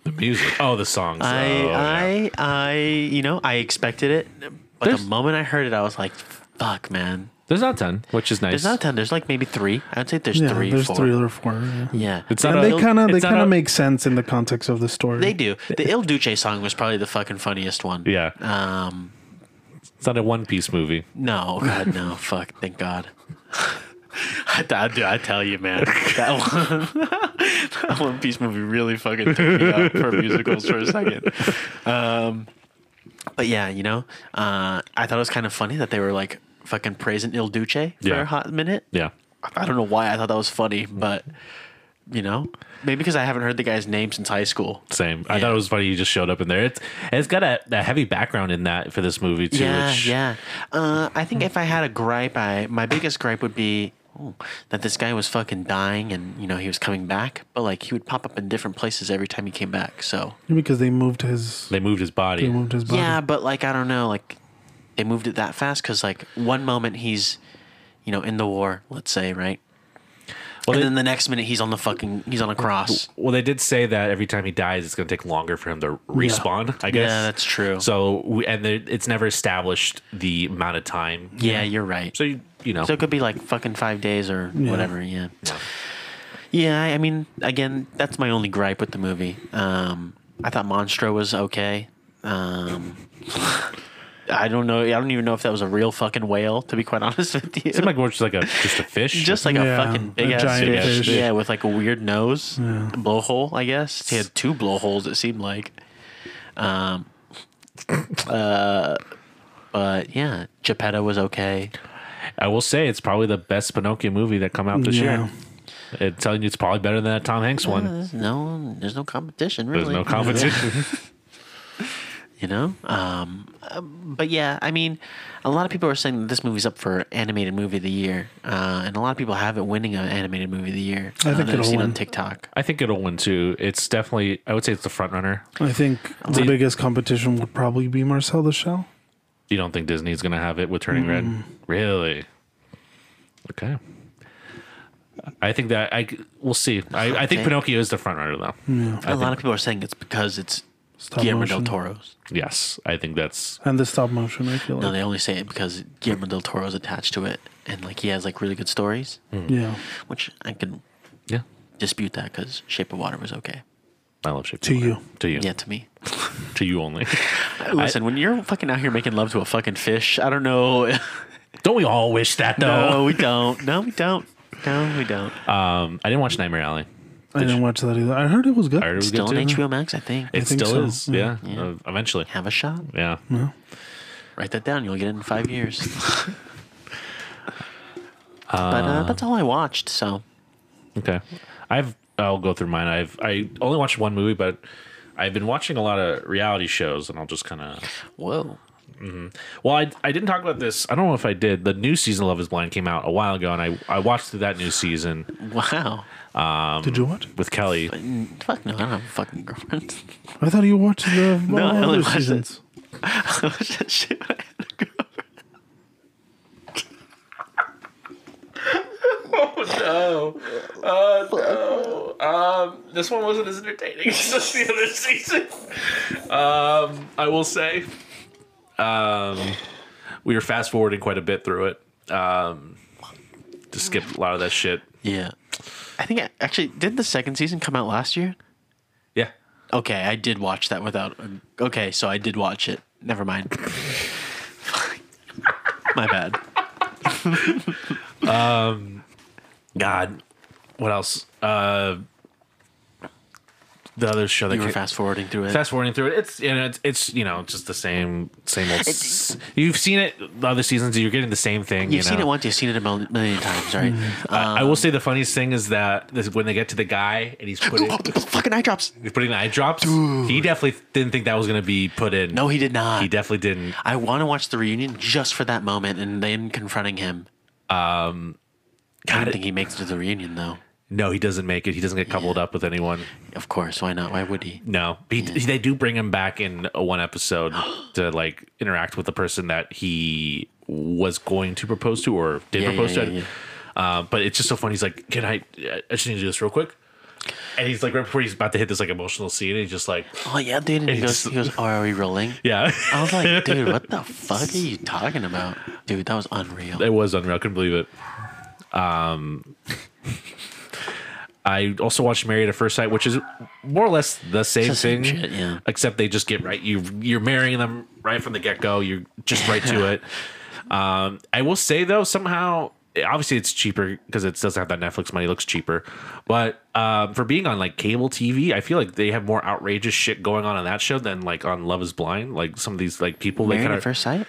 [SPEAKER 4] The music. Oh, the songs.
[SPEAKER 3] I,
[SPEAKER 4] oh, yeah.
[SPEAKER 3] I, I, you know, I expected it, but
[SPEAKER 4] There's-
[SPEAKER 3] the moment I heard it, I was like, "Fuck, man!"
[SPEAKER 4] There's not ten, which is nice.
[SPEAKER 3] There's not a ton. There's like maybe three. I'd say there's
[SPEAKER 5] Yeah,
[SPEAKER 3] three,
[SPEAKER 5] there's
[SPEAKER 3] four.
[SPEAKER 5] three or four. Yeah.
[SPEAKER 3] yeah,
[SPEAKER 4] It's not
[SPEAKER 5] And
[SPEAKER 4] a-
[SPEAKER 5] they kind of they
[SPEAKER 4] it's not
[SPEAKER 5] kind
[SPEAKER 4] a-
[SPEAKER 5] of make sense in the context of the story.
[SPEAKER 3] they do. The Il Duce song was probably the fucking funniest one.
[SPEAKER 4] Yeah,
[SPEAKER 3] Um.
[SPEAKER 4] it's not a One Piece movie.
[SPEAKER 3] No, God, no, fuck, thank God. I, I, dude, I tell you, man, that one, that One Piece movie really fucking took me out for musicals for a second. Um, but yeah, you know, uh, I thought it was kind of funny that they were like fucking praising Il Duce for
[SPEAKER 4] Yeah.
[SPEAKER 3] a hot minute.
[SPEAKER 4] Yeah,
[SPEAKER 3] I don't know why I thought that was funny, but you know, maybe because I haven't heard the guy's name since high school.
[SPEAKER 4] same. I
[SPEAKER 3] Yeah.
[SPEAKER 4] thought it was funny you just showed up in there. It's it's got a, a heavy background in that for this movie too.
[SPEAKER 3] Yeah,
[SPEAKER 4] which,
[SPEAKER 3] yeah. Uh, I think if I had a gripe, I my biggest gripe would be oh, that this guy was fucking dying, and you know he was coming back, but like he would pop up in different places every time he came back. So
[SPEAKER 5] because they moved his
[SPEAKER 4] They moved his body.
[SPEAKER 5] they moved his body.
[SPEAKER 3] yeah, but like I don't know, like they moved it that fast because like one moment he's you know in the war, let's say, right, and
[SPEAKER 4] Well, they-
[SPEAKER 3] then the next minute he's on the fucking he's on a cross.
[SPEAKER 4] Well, they did say that every time he dies, it's going to take longer for him to respawn. I guess.
[SPEAKER 3] Yeah, that's true.
[SPEAKER 4] So, we, and there, it's never established the amount of time.
[SPEAKER 3] Yeah, you're right.
[SPEAKER 4] So you, you know.
[SPEAKER 3] So it could be like fucking five days or
[SPEAKER 5] Yeah.
[SPEAKER 3] whatever. Yeah. Yeah. I I mean, again, that's my only gripe with the movie. Um, I thought Monstro was okay. Um, I don't know. I don't even know if that was a real fucking whale, to be quite honest with you.
[SPEAKER 4] Seemed like more just like a just a fish.
[SPEAKER 3] just like
[SPEAKER 5] Yeah,
[SPEAKER 3] a fucking
[SPEAKER 5] a
[SPEAKER 3] big ass
[SPEAKER 5] giant
[SPEAKER 3] fish.
[SPEAKER 4] fish.
[SPEAKER 3] Yeah, with like a weird nose, blowhole. I guess he had two blowholes. It seemed like. Um, uh, but yeah, Geppetto was okay.
[SPEAKER 4] I will say it's probably the best Pinocchio movie that come out this
[SPEAKER 5] Yeah.
[SPEAKER 4] year. It's telling you it's probably better than that Tom Hanks
[SPEAKER 3] Yeah,
[SPEAKER 4] one.
[SPEAKER 3] there's no, there's no competition really.
[SPEAKER 4] There's no competition.
[SPEAKER 3] You know, um, uh, but yeah, I mean, a lot of people are saying that this movie's up for animated movie of the year, uh, and a lot of people have it winning an animated movie of the year.
[SPEAKER 5] I
[SPEAKER 3] uh,
[SPEAKER 5] think
[SPEAKER 3] that I've
[SPEAKER 5] it'll
[SPEAKER 3] seen on
[SPEAKER 5] win.
[SPEAKER 3] TikTok.
[SPEAKER 4] I think it'll win too. It's definitely. I would say it's the front runner.
[SPEAKER 5] I think the biggest competition would probably be Marcel the Shell.
[SPEAKER 4] You don't think Disney's going to have it with Turning
[SPEAKER 5] Mm.
[SPEAKER 4] Red? Really? Okay. I think that I we'll see. I, I think
[SPEAKER 3] Okay.
[SPEAKER 4] Pinocchio is the front runner though.
[SPEAKER 3] a lot of people are saying it's because it's
[SPEAKER 5] Stop
[SPEAKER 3] Guillermo
[SPEAKER 5] motion.
[SPEAKER 3] del Toro's.
[SPEAKER 4] Yes, I think that's
[SPEAKER 5] And the stop motion, I feel
[SPEAKER 3] No,
[SPEAKER 5] like.
[SPEAKER 3] they only say it because Guillermo del Toro's attached to it, and like he has like really good stories,
[SPEAKER 4] Mm.
[SPEAKER 5] yeah.
[SPEAKER 3] which I can
[SPEAKER 4] yeah.
[SPEAKER 3] dispute that because Shape of Water was okay.
[SPEAKER 4] I love shape
[SPEAKER 5] To
[SPEAKER 4] Water.
[SPEAKER 5] you.
[SPEAKER 4] to you,
[SPEAKER 3] Yeah, to me.
[SPEAKER 4] to you only.
[SPEAKER 3] Listen, when you're fucking out here making love to a fucking fish, I don't know.
[SPEAKER 4] don't we all wish that
[SPEAKER 3] No,
[SPEAKER 4] though?
[SPEAKER 3] we don't. No, we don't. No, we don't.
[SPEAKER 4] Um, I didn't watch Nightmare Alley.
[SPEAKER 5] I didn't watch that either. I heard it was good.
[SPEAKER 4] I heard it was
[SPEAKER 3] Still
[SPEAKER 4] good
[SPEAKER 3] on
[SPEAKER 4] too.
[SPEAKER 3] HBO Max, I think.
[SPEAKER 4] It
[SPEAKER 5] think
[SPEAKER 4] still
[SPEAKER 5] so.
[SPEAKER 4] is. Yeah,
[SPEAKER 3] Yeah.
[SPEAKER 4] Uh, eventually.
[SPEAKER 3] Have a shot.
[SPEAKER 4] Yeah.
[SPEAKER 3] Write that down. You'll get it in five years. but uh, that's all I watched. So
[SPEAKER 4] Okay. I've I'll go through mine. I've I only watched one movie, but I've been watching a lot of reality shows, and I'll just kind of.
[SPEAKER 3] Whoa.
[SPEAKER 4] Well, I, I didn't talk about this. I don't know if I did. The new season of Love Is Blind came out a while ago, and I I watched through that new season
[SPEAKER 3] Wow.
[SPEAKER 5] Did
[SPEAKER 3] um,
[SPEAKER 5] you watch?
[SPEAKER 4] with Kelly.
[SPEAKER 3] Mm, Fuck no, I don't have a fucking girlfriend.
[SPEAKER 5] I thought you watched the
[SPEAKER 3] No, I
[SPEAKER 5] all
[SPEAKER 3] only
[SPEAKER 5] other
[SPEAKER 3] watched it.
[SPEAKER 5] seasons.
[SPEAKER 3] I was just shit. I had a girlfriend.
[SPEAKER 4] This one wasn't as entertaining as the other season. Um, I will say, um, we were fast forwarding quite a bit through it. Um, just skipped a lot of that shit.
[SPEAKER 3] Yeah. I think I, actually did the second season come out last year?
[SPEAKER 4] Yeah.
[SPEAKER 3] Okay, I did watch that without. Okay, so I did watch it. Never mind. My bad.
[SPEAKER 4] God, what else? Uh, the other show that
[SPEAKER 3] You were
[SPEAKER 4] ca-
[SPEAKER 3] fast forwarding through it.
[SPEAKER 4] fast forwarding through it. It's you know it's, it's you know just the same same old. s- you've seen it the other seasons. You're getting the same thing.
[SPEAKER 3] You've
[SPEAKER 4] you
[SPEAKER 3] seen
[SPEAKER 4] know?
[SPEAKER 3] it once. You've seen it a mil- million times, right? Uh,
[SPEAKER 4] I will say the funniest thing is that this, when they get to the guy and he's putting
[SPEAKER 3] oh, fucking eye drops.
[SPEAKER 4] he's putting the eye drops. He definitely didn't think that was gonna be put in.
[SPEAKER 3] No, he did not.
[SPEAKER 4] he definitely didn't.
[SPEAKER 3] I want to watch the reunion just for that moment and then confronting him. Um, I
[SPEAKER 4] God,
[SPEAKER 3] don't think he makes it to the reunion though.
[SPEAKER 4] no, he doesn't make it. He doesn't get coupled up with anyone.
[SPEAKER 3] Of course, why not? Why would he?
[SPEAKER 4] No, he, they do bring him back in a one episode to like interact with the person that he was going to propose to or did
[SPEAKER 3] Yeah,
[SPEAKER 4] propose
[SPEAKER 3] yeah,
[SPEAKER 4] to.
[SPEAKER 3] yeah,
[SPEAKER 4] Uh, but it's just so funny. He's like, "Can I? I just need to do this real quick." And he's like, right before he's about to hit this like emotional scene, he's just like,
[SPEAKER 3] Oh yeah, dude. And he goes, he goes, oh, "Are we rolling?"
[SPEAKER 4] "Yeah."
[SPEAKER 3] I was like, "Dude, what the fuck are you talking about, dude? That was unreal."
[SPEAKER 4] It was unreal. I couldn't believe it. Um, I also watched Married at First Sight, which is more or less the same
[SPEAKER 3] the same
[SPEAKER 4] thing,
[SPEAKER 3] shit, yeah.
[SPEAKER 4] except they just get right. You you're marrying them right from the get go. You're just right to it. Um, I will say though, somehow, obviously it's cheaper because it doesn't have that Netflix money. It looks cheaper, but um, for being on like cable TV, I feel like they have more outrageous shit going on on that show than like on Love Is Blind. Like some of these like people they
[SPEAKER 3] Married
[SPEAKER 4] kind
[SPEAKER 3] at
[SPEAKER 4] of
[SPEAKER 3] First Sight.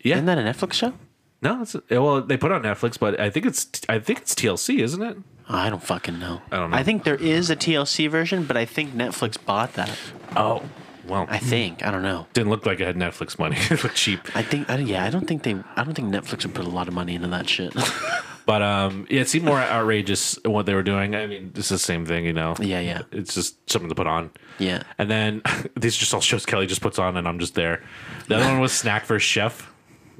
[SPEAKER 4] Yeah.
[SPEAKER 3] Isn't that a Netflix show?
[SPEAKER 4] no, it's well, they put it on Netflix, but I think it's I think it's TLC, isn't it?
[SPEAKER 3] Oh, I don't fucking know. I
[SPEAKER 4] don't know.
[SPEAKER 3] I think there is a TLC version, but I think Netflix bought that.
[SPEAKER 4] Oh, well,
[SPEAKER 3] I think. I don't know.
[SPEAKER 4] didn't look like it had Netflix money. it looked cheap,
[SPEAKER 3] I think. I, yeah, I don't think they. I don't think Netflix would put a lot of money into that shit.
[SPEAKER 4] but um, yeah, it seemed more outrageous what they were doing. I mean, it's the same thing, you know.
[SPEAKER 3] Yeah, yeah.
[SPEAKER 4] It's just something to put on.
[SPEAKER 3] yeah.
[SPEAKER 4] And then these are just all shows Kelly just puts on, and I'm just there. The other one was Snack vs. Chef.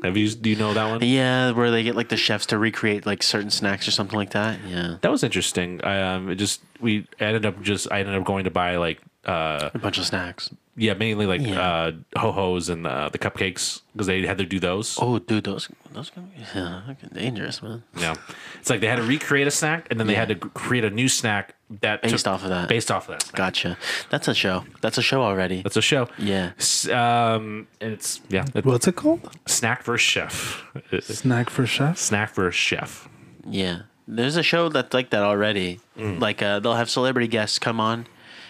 [SPEAKER 4] Have you do you know that one?
[SPEAKER 3] Yeah, where they get like the chefs to recreate like certain snacks or something like that. Yeah,
[SPEAKER 4] That was interesting. I, um, it just we ended up just I ended up going to buy like uh
[SPEAKER 3] a bunch of snacks.
[SPEAKER 4] yeah mainly like
[SPEAKER 3] Yeah.
[SPEAKER 4] uh ho hos and uh, the cupcakes because they had to do those.
[SPEAKER 3] Oh, dude, those those can be yeah, fucking dangerous, man.
[SPEAKER 4] No, it's like they had to recreate a snack, and then they had to g- create a new snack that
[SPEAKER 3] Based off of that.
[SPEAKER 4] Based off of that, snack.
[SPEAKER 3] Gotcha. That's a show. That's a show already.
[SPEAKER 4] that's a show.
[SPEAKER 3] Yeah.
[SPEAKER 4] S- um, and it's yeah, it's
[SPEAKER 5] What's it called?
[SPEAKER 4] snack versus chef.
[SPEAKER 5] Snack for chefs.
[SPEAKER 4] snack versus chef.
[SPEAKER 3] Yeah, there's a show that's like that already. Like uh, they'll have celebrity guests come on,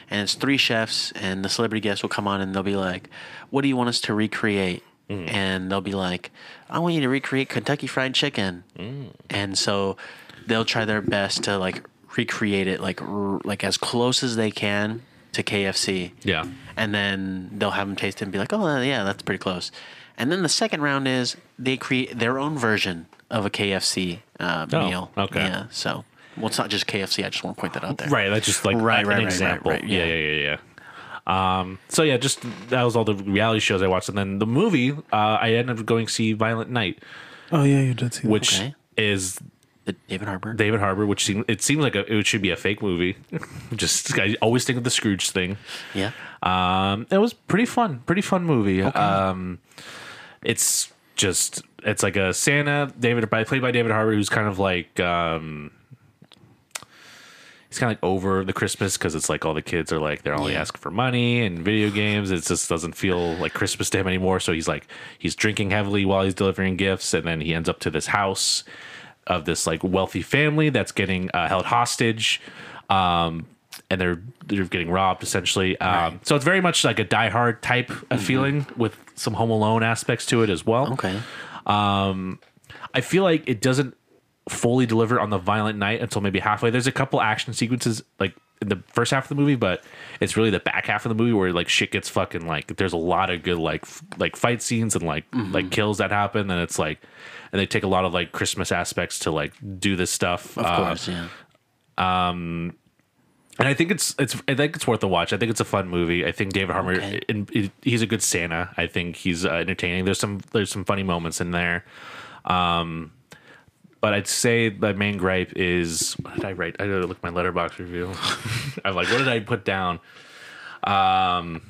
[SPEAKER 3] and it's three chefs, and the celebrity guests will come on, and they'll be like, "What do you want us to recreate?" And they'll be like, "I want you to recreate Kentucky Fried Chicken," and so they'll try their best to like recreate it like r- like as close as they can to KFC.
[SPEAKER 4] Yeah.
[SPEAKER 3] And then they'll have them taste it and be like, "Oh uh, yeah, that's pretty close." And then the second round is they create their own version of a KFC uh,
[SPEAKER 4] Oh,
[SPEAKER 3] meal.
[SPEAKER 4] okay.
[SPEAKER 3] Yeah. So, well, it's not just KFC. I just want to point that out there.
[SPEAKER 4] Right, that's just like
[SPEAKER 3] Right,
[SPEAKER 4] an
[SPEAKER 3] right, right,
[SPEAKER 4] example.
[SPEAKER 3] right, right,
[SPEAKER 4] yeah.
[SPEAKER 3] yeah.
[SPEAKER 4] yeah, yeah, yeah, Um, so yeah, just that was all the reality shows I watched, and then the movie uh, I ended up going to see Violent Night,
[SPEAKER 5] Oh yeah, you did see that.
[SPEAKER 4] which
[SPEAKER 3] Okay.
[SPEAKER 4] is
[SPEAKER 3] The David Harbour.
[SPEAKER 4] David Harbour, which seems it seems like a, it should be a fake movie. just I always think of the Scrooge thing.
[SPEAKER 3] yeah.
[SPEAKER 4] Um, it was pretty fun, pretty fun movie. Um, it's just it's like a Santa David by played by David Harbour, who's kind of like um, he's kind of like over the Christmas because it's like all the kids are like they're only
[SPEAKER 3] Yeah.
[SPEAKER 4] asking for money and video games. It just doesn't feel like Christmas to him anymore. So he's like he's drinking heavily while he's delivering gifts, and then he ends up to this house of this like wealthy family that's getting uh, held hostage. Um, and they're they're getting robbed essentially. Um, So it's very much like a Die Hard type of feeling with some Home Alone aspects to it as well.
[SPEAKER 3] Okay.
[SPEAKER 4] I feel like it doesn't fully deliver on the violent night until maybe halfway. There's a couple action sequences like in the first half of the movie, but it's really the back half of the movie where like shit gets fucking like there's a lot of good like f- like fight scenes and like
[SPEAKER 3] Mm-hmm.
[SPEAKER 4] like kills that happen and it's like and they take a lot of like Christmas aspects to like do this stuff. uh,
[SPEAKER 3] Of course, yeah.
[SPEAKER 4] and I think it's it's I think it's worth a watch. I think it's a fun movie. I think David Harmer
[SPEAKER 3] Okay.
[SPEAKER 4] in, in- he's a good Santa. I think he's uh, entertaining. There's some there's some funny moments in there. Um but I'd say the main gripe is what did I write? I gotta look at my letterbox review. I'm like, what did I put down? Um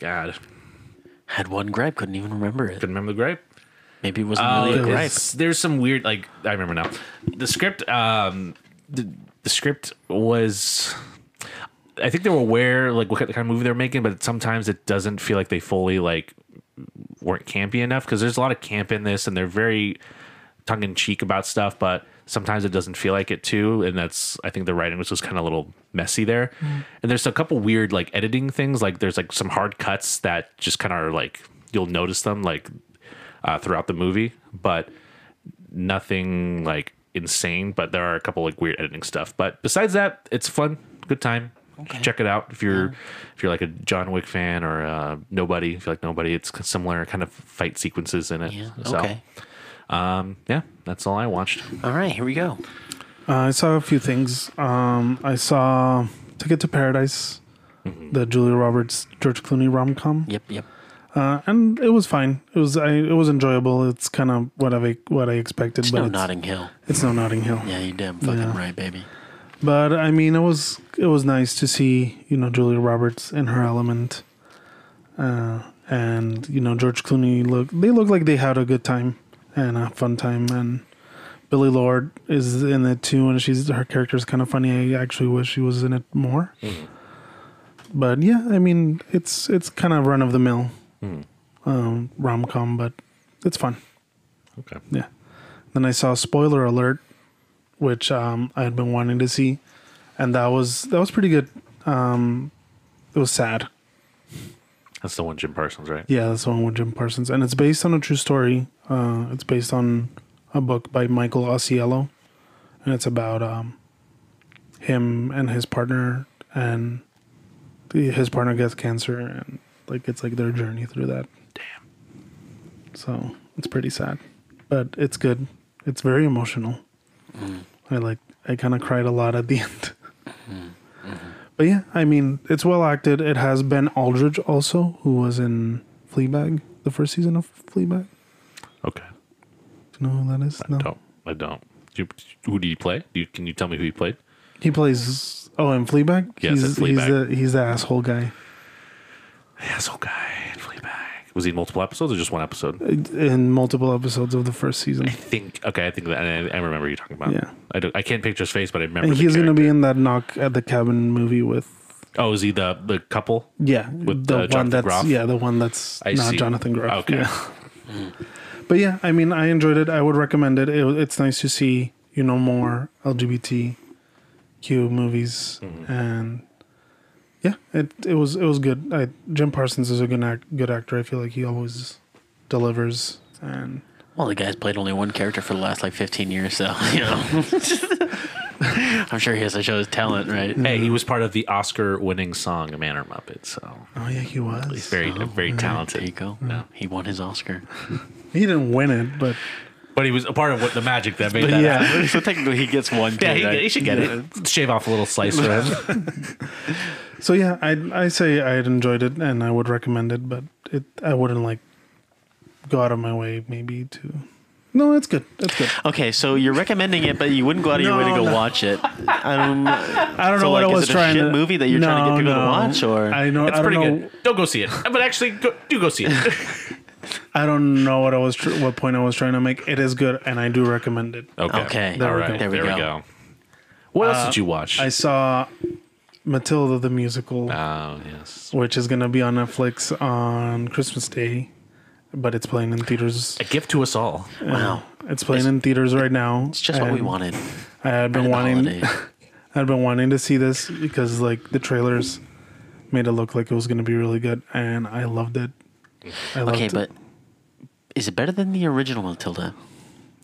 [SPEAKER 4] God,
[SPEAKER 3] Had one gripe, couldn't even remember it.
[SPEAKER 4] couldn't remember the gripe.
[SPEAKER 3] Maybe it wasn't
[SPEAKER 4] Oh,
[SPEAKER 3] really a gripe.
[SPEAKER 4] it's- There's some weird like I remember now. The script um the, the script was I think they were aware like what kind of movie they're making, but sometimes it doesn't feel like they fully like weren't campy enough because there's a lot of camp in this and they're very tongue in cheek about stuff, but sometimes it doesn't feel like it too. And that's I think the writing was just kind of a little messy there.
[SPEAKER 3] Mm.
[SPEAKER 4] And there's a couple weird like editing things. Like there's like some hard cuts that just kind of are like you'll notice them like uh, throughout the movie, but nothing like insane. But there are a couple like weird editing stuff. But besides that, it's fun, good time. Check it out if you're if you're like a John Wick fan or uh, nobody. If you like nobody, it's similar kind of fight sequences in it.
[SPEAKER 3] Yeah.
[SPEAKER 4] So,
[SPEAKER 3] Okay.
[SPEAKER 4] um, yeah, that's all I watched.
[SPEAKER 3] All right. Here we go.
[SPEAKER 5] Uh, I saw a few things. Um, I saw Ticket to Paradise,
[SPEAKER 3] Mm-hmm.
[SPEAKER 5] the Julia Roberts George Clooney rom com,
[SPEAKER 3] Yep. Yep.
[SPEAKER 5] uh, and it was fine. It was I, it was enjoyable. It's kind of what I what I expected,
[SPEAKER 3] It's
[SPEAKER 5] but
[SPEAKER 3] no
[SPEAKER 5] it's,
[SPEAKER 3] Notting Hill.
[SPEAKER 5] it's no Notting Hill.
[SPEAKER 3] Yeah, you damn fucking
[SPEAKER 5] Yeah.
[SPEAKER 3] right, baby.
[SPEAKER 5] But I mean, it was it was nice to see you know Julia Roberts in her element, uh, and you know George Clooney look they look like they had a good time and a fun time, and Billy Lord is in it too, and she's her character's kind of funny. I actually wish she was in it more. But yeah, I mean, it's it's kind of run of the mill um, rom com, but it's fun.
[SPEAKER 4] Okay.
[SPEAKER 5] Yeah. Then I saw spoiler alert, which um, I had been wanting to see, and that was that was pretty good. Um, it was sad.
[SPEAKER 4] That's the one Jim Parsons, right?
[SPEAKER 5] Yeah, that's the one with Jim Parsons, and it's based on a true story. Uh, it's based on a book by Michael Osiello, and it's about um, him and his partner, and the, his partner gets cancer, and like it's like their journey through that.
[SPEAKER 4] Damn.
[SPEAKER 5] So it's pretty sad, but it's good. It's very emotional. I like. I kind of cried a lot at the end. But yeah, I mean, it's well acted. It has Ben Aldridge also, who was in Fleabag, the first season of Fleabag.
[SPEAKER 4] Okay.
[SPEAKER 5] Do you know who that is? No.
[SPEAKER 4] Don't. I don't. Do you, who do you play? Do you, can you tell me who you played?
[SPEAKER 5] He plays. Oh, in Fleabag.
[SPEAKER 4] Yes,
[SPEAKER 5] he's,
[SPEAKER 4] in
[SPEAKER 5] he's
[SPEAKER 4] Fleabag.
[SPEAKER 5] the he's the asshole guy.
[SPEAKER 4] Asshole guy in Fleabag. Was he in multiple episodes or just one episode?
[SPEAKER 5] In multiple episodes of the first season,
[SPEAKER 4] I think. Okay, I think that I, I remember you talking about.
[SPEAKER 5] Yeah.
[SPEAKER 4] I don't. I can't picture his face, but I remember.
[SPEAKER 5] and
[SPEAKER 4] the
[SPEAKER 5] he's gonna be
[SPEAKER 4] character.
[SPEAKER 5] in that knock at the cabin movie with
[SPEAKER 4] Oh, is he the the couple?
[SPEAKER 5] Yeah,
[SPEAKER 4] With,
[SPEAKER 5] the
[SPEAKER 4] uh,
[SPEAKER 5] one
[SPEAKER 4] Jonathan
[SPEAKER 5] that's
[SPEAKER 4] Groff?
[SPEAKER 5] yeah, the one that's
[SPEAKER 4] I
[SPEAKER 5] not
[SPEAKER 4] see.
[SPEAKER 5] Jonathan Groff.
[SPEAKER 4] Okay. Hmm.
[SPEAKER 5] Yeah. but yeah, I mean, I enjoyed it. I would recommend it. it it's nice to see you know more LGBTQ movies,
[SPEAKER 4] Mm-hmm.
[SPEAKER 5] and yeah, it it was it was good. I, Jim Parsons is a good act, good actor. I feel like he always delivers, and
[SPEAKER 3] Well, the guy's played only one character for the last like 15 years, so you know. I'm sure he has to show his talent, right?
[SPEAKER 4] Hey, he was part of the Oscar-winning song "A Man or Muppet," so
[SPEAKER 5] oh yeah, he was.
[SPEAKER 4] he's very very talented.
[SPEAKER 3] There you go.
[SPEAKER 4] No.
[SPEAKER 3] He won his Oscar.
[SPEAKER 5] He didn't win it, but
[SPEAKER 4] But he was a part of what the magic that made that.
[SPEAKER 5] yeah.
[SPEAKER 4] happen.
[SPEAKER 3] so technically, he gets one.
[SPEAKER 4] Yeah, he, he should get it. Shave off a little slice for him.
[SPEAKER 5] So yeah, I I say I would enjoyed it and I would recommend it, but it I wouldn't like go out of my way maybe to. No, it's good. It's good.
[SPEAKER 3] Okay, so you're recommending it, but you wouldn't go out of your way to
[SPEAKER 5] No,
[SPEAKER 3] go
[SPEAKER 5] no.
[SPEAKER 3] watch it. Um,
[SPEAKER 5] I don't
[SPEAKER 3] So,
[SPEAKER 5] know what
[SPEAKER 3] like,
[SPEAKER 5] I
[SPEAKER 3] is
[SPEAKER 5] was
[SPEAKER 3] it a
[SPEAKER 5] trying
[SPEAKER 3] shit
[SPEAKER 5] to
[SPEAKER 3] movie that you're trying to get people to watch, or-
[SPEAKER 5] I know
[SPEAKER 4] It's
[SPEAKER 5] I don't
[SPEAKER 4] pretty
[SPEAKER 5] know
[SPEAKER 4] good. Don't go see it. But actually, go, do go see it.
[SPEAKER 5] I don't know what I was tr- what point I was trying to make. It is good and I do recommend it.
[SPEAKER 4] Okay.
[SPEAKER 3] Okay.
[SPEAKER 4] All
[SPEAKER 5] There we
[SPEAKER 4] right.
[SPEAKER 5] go.
[SPEAKER 4] There we go. What else did you watch?
[SPEAKER 5] I saw Matilda the musical,
[SPEAKER 4] oh, yes.
[SPEAKER 5] which is gonna be on Netflix on Christmas Day, but it's playing in theaters.
[SPEAKER 4] A gift to us all.
[SPEAKER 3] wow,
[SPEAKER 5] It's playing in theaters right now.
[SPEAKER 3] it's just what we
[SPEAKER 5] and
[SPEAKER 3] wanted.
[SPEAKER 5] I had
[SPEAKER 3] for
[SPEAKER 5] been
[SPEAKER 3] the
[SPEAKER 5] Um, wanting.
[SPEAKER 3] holidays.
[SPEAKER 5] I'd been wanting to see this because like the trailers made it look like it was going to be really good, and I loved it. I loved
[SPEAKER 3] Okay,
[SPEAKER 5] it.
[SPEAKER 3] but is it better than the original Matilda?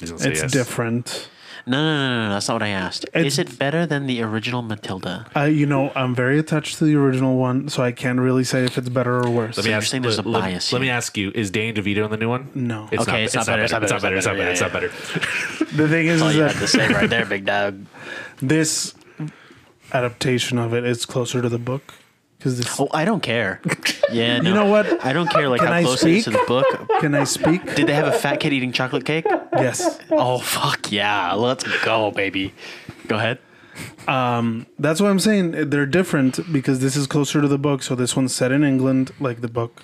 [SPEAKER 4] He's gonna say
[SPEAKER 5] it's
[SPEAKER 4] yes.
[SPEAKER 5] different.
[SPEAKER 3] No, no, no, no, no. That's not what I asked. Is
[SPEAKER 5] It's-
[SPEAKER 3] it better than the original Matilda?
[SPEAKER 5] I, you know, I'm very attached to the original one, so I can't really say if it's better or worse.
[SPEAKER 3] So
[SPEAKER 4] Let me
[SPEAKER 3] you're
[SPEAKER 4] ask.
[SPEAKER 3] saying there's
[SPEAKER 4] let,
[SPEAKER 3] a
[SPEAKER 4] let-
[SPEAKER 3] bias
[SPEAKER 4] let me
[SPEAKER 3] here.
[SPEAKER 4] ask you: Is Danny DeVito in the new one?
[SPEAKER 5] No.
[SPEAKER 3] Okay, it's not better, it's not
[SPEAKER 4] It's not better. It's not better. It's not better.
[SPEAKER 5] the thing is,
[SPEAKER 3] All
[SPEAKER 5] is
[SPEAKER 3] you had to
[SPEAKER 5] that
[SPEAKER 3] say right there, big dog.
[SPEAKER 5] this adaptation of it is closer to the book because this.
[SPEAKER 3] Oh, I don't care. Yeah, no.
[SPEAKER 5] You know what?
[SPEAKER 3] I don't care like
[SPEAKER 5] Can
[SPEAKER 3] how
[SPEAKER 5] I
[SPEAKER 3] close it is to
[SPEAKER 5] speak?
[SPEAKER 3] the book.
[SPEAKER 5] Can I speak?
[SPEAKER 3] Did they have a fat kid eating chocolate cake?
[SPEAKER 5] yes.
[SPEAKER 3] Oh fuck yeah! Let's go, baby. Go ahead.
[SPEAKER 5] That's what I'm saying. They're different because this is closer to the book. So this one's set in England, like the book,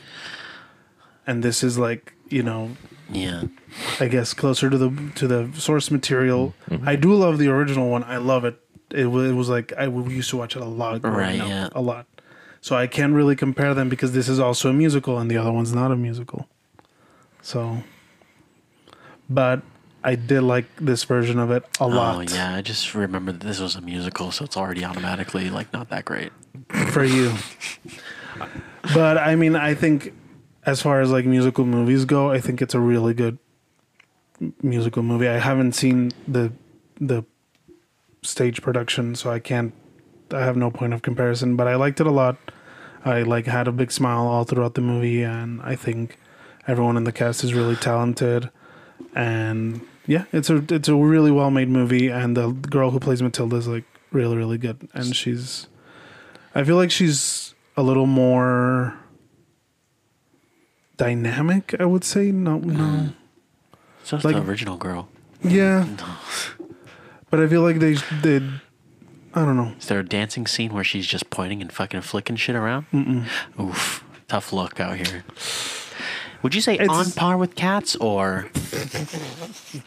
[SPEAKER 5] and this is like you know,
[SPEAKER 3] Yeah.
[SPEAKER 5] I guess closer to the to the source material.
[SPEAKER 3] Mm-hmm.
[SPEAKER 5] I do love the original one. I love it. It was, it was like I we used to watch it a lot, growing
[SPEAKER 3] Right,
[SPEAKER 5] up,
[SPEAKER 3] yeah.
[SPEAKER 5] a lot. So I can't really compare them because this is also a musical and the other one's not a musical. So, but I did like this version of it a
[SPEAKER 3] Oh
[SPEAKER 5] lot
[SPEAKER 3] yeah. I just remember that this was a musical, so it's already automatically like not that great.
[SPEAKER 5] for you. but I mean, I think as far as like musical movies go, I think it's a really good m- musical movie. I haven't seen the the stage production, so I can't. I have no point of comparison, but I liked it a lot. I like had a big smile all throughout the movie, and I think everyone in the cast is really talented. And yeah, it's a it's a really well made movie, and the girl who plays Matilda is like really really good, and she's I feel like she's a little more dynamic. I would say no, no,
[SPEAKER 3] So it's
[SPEAKER 5] Like-
[SPEAKER 3] the original girl.
[SPEAKER 5] yeah. But I feel like they they, I don't know.
[SPEAKER 3] Is there a dancing scene where she's just pointing and fucking flicking shit around? Mm-mm. Oof. Tough luck out here. Would you say
[SPEAKER 5] It's-
[SPEAKER 3] on par with cats or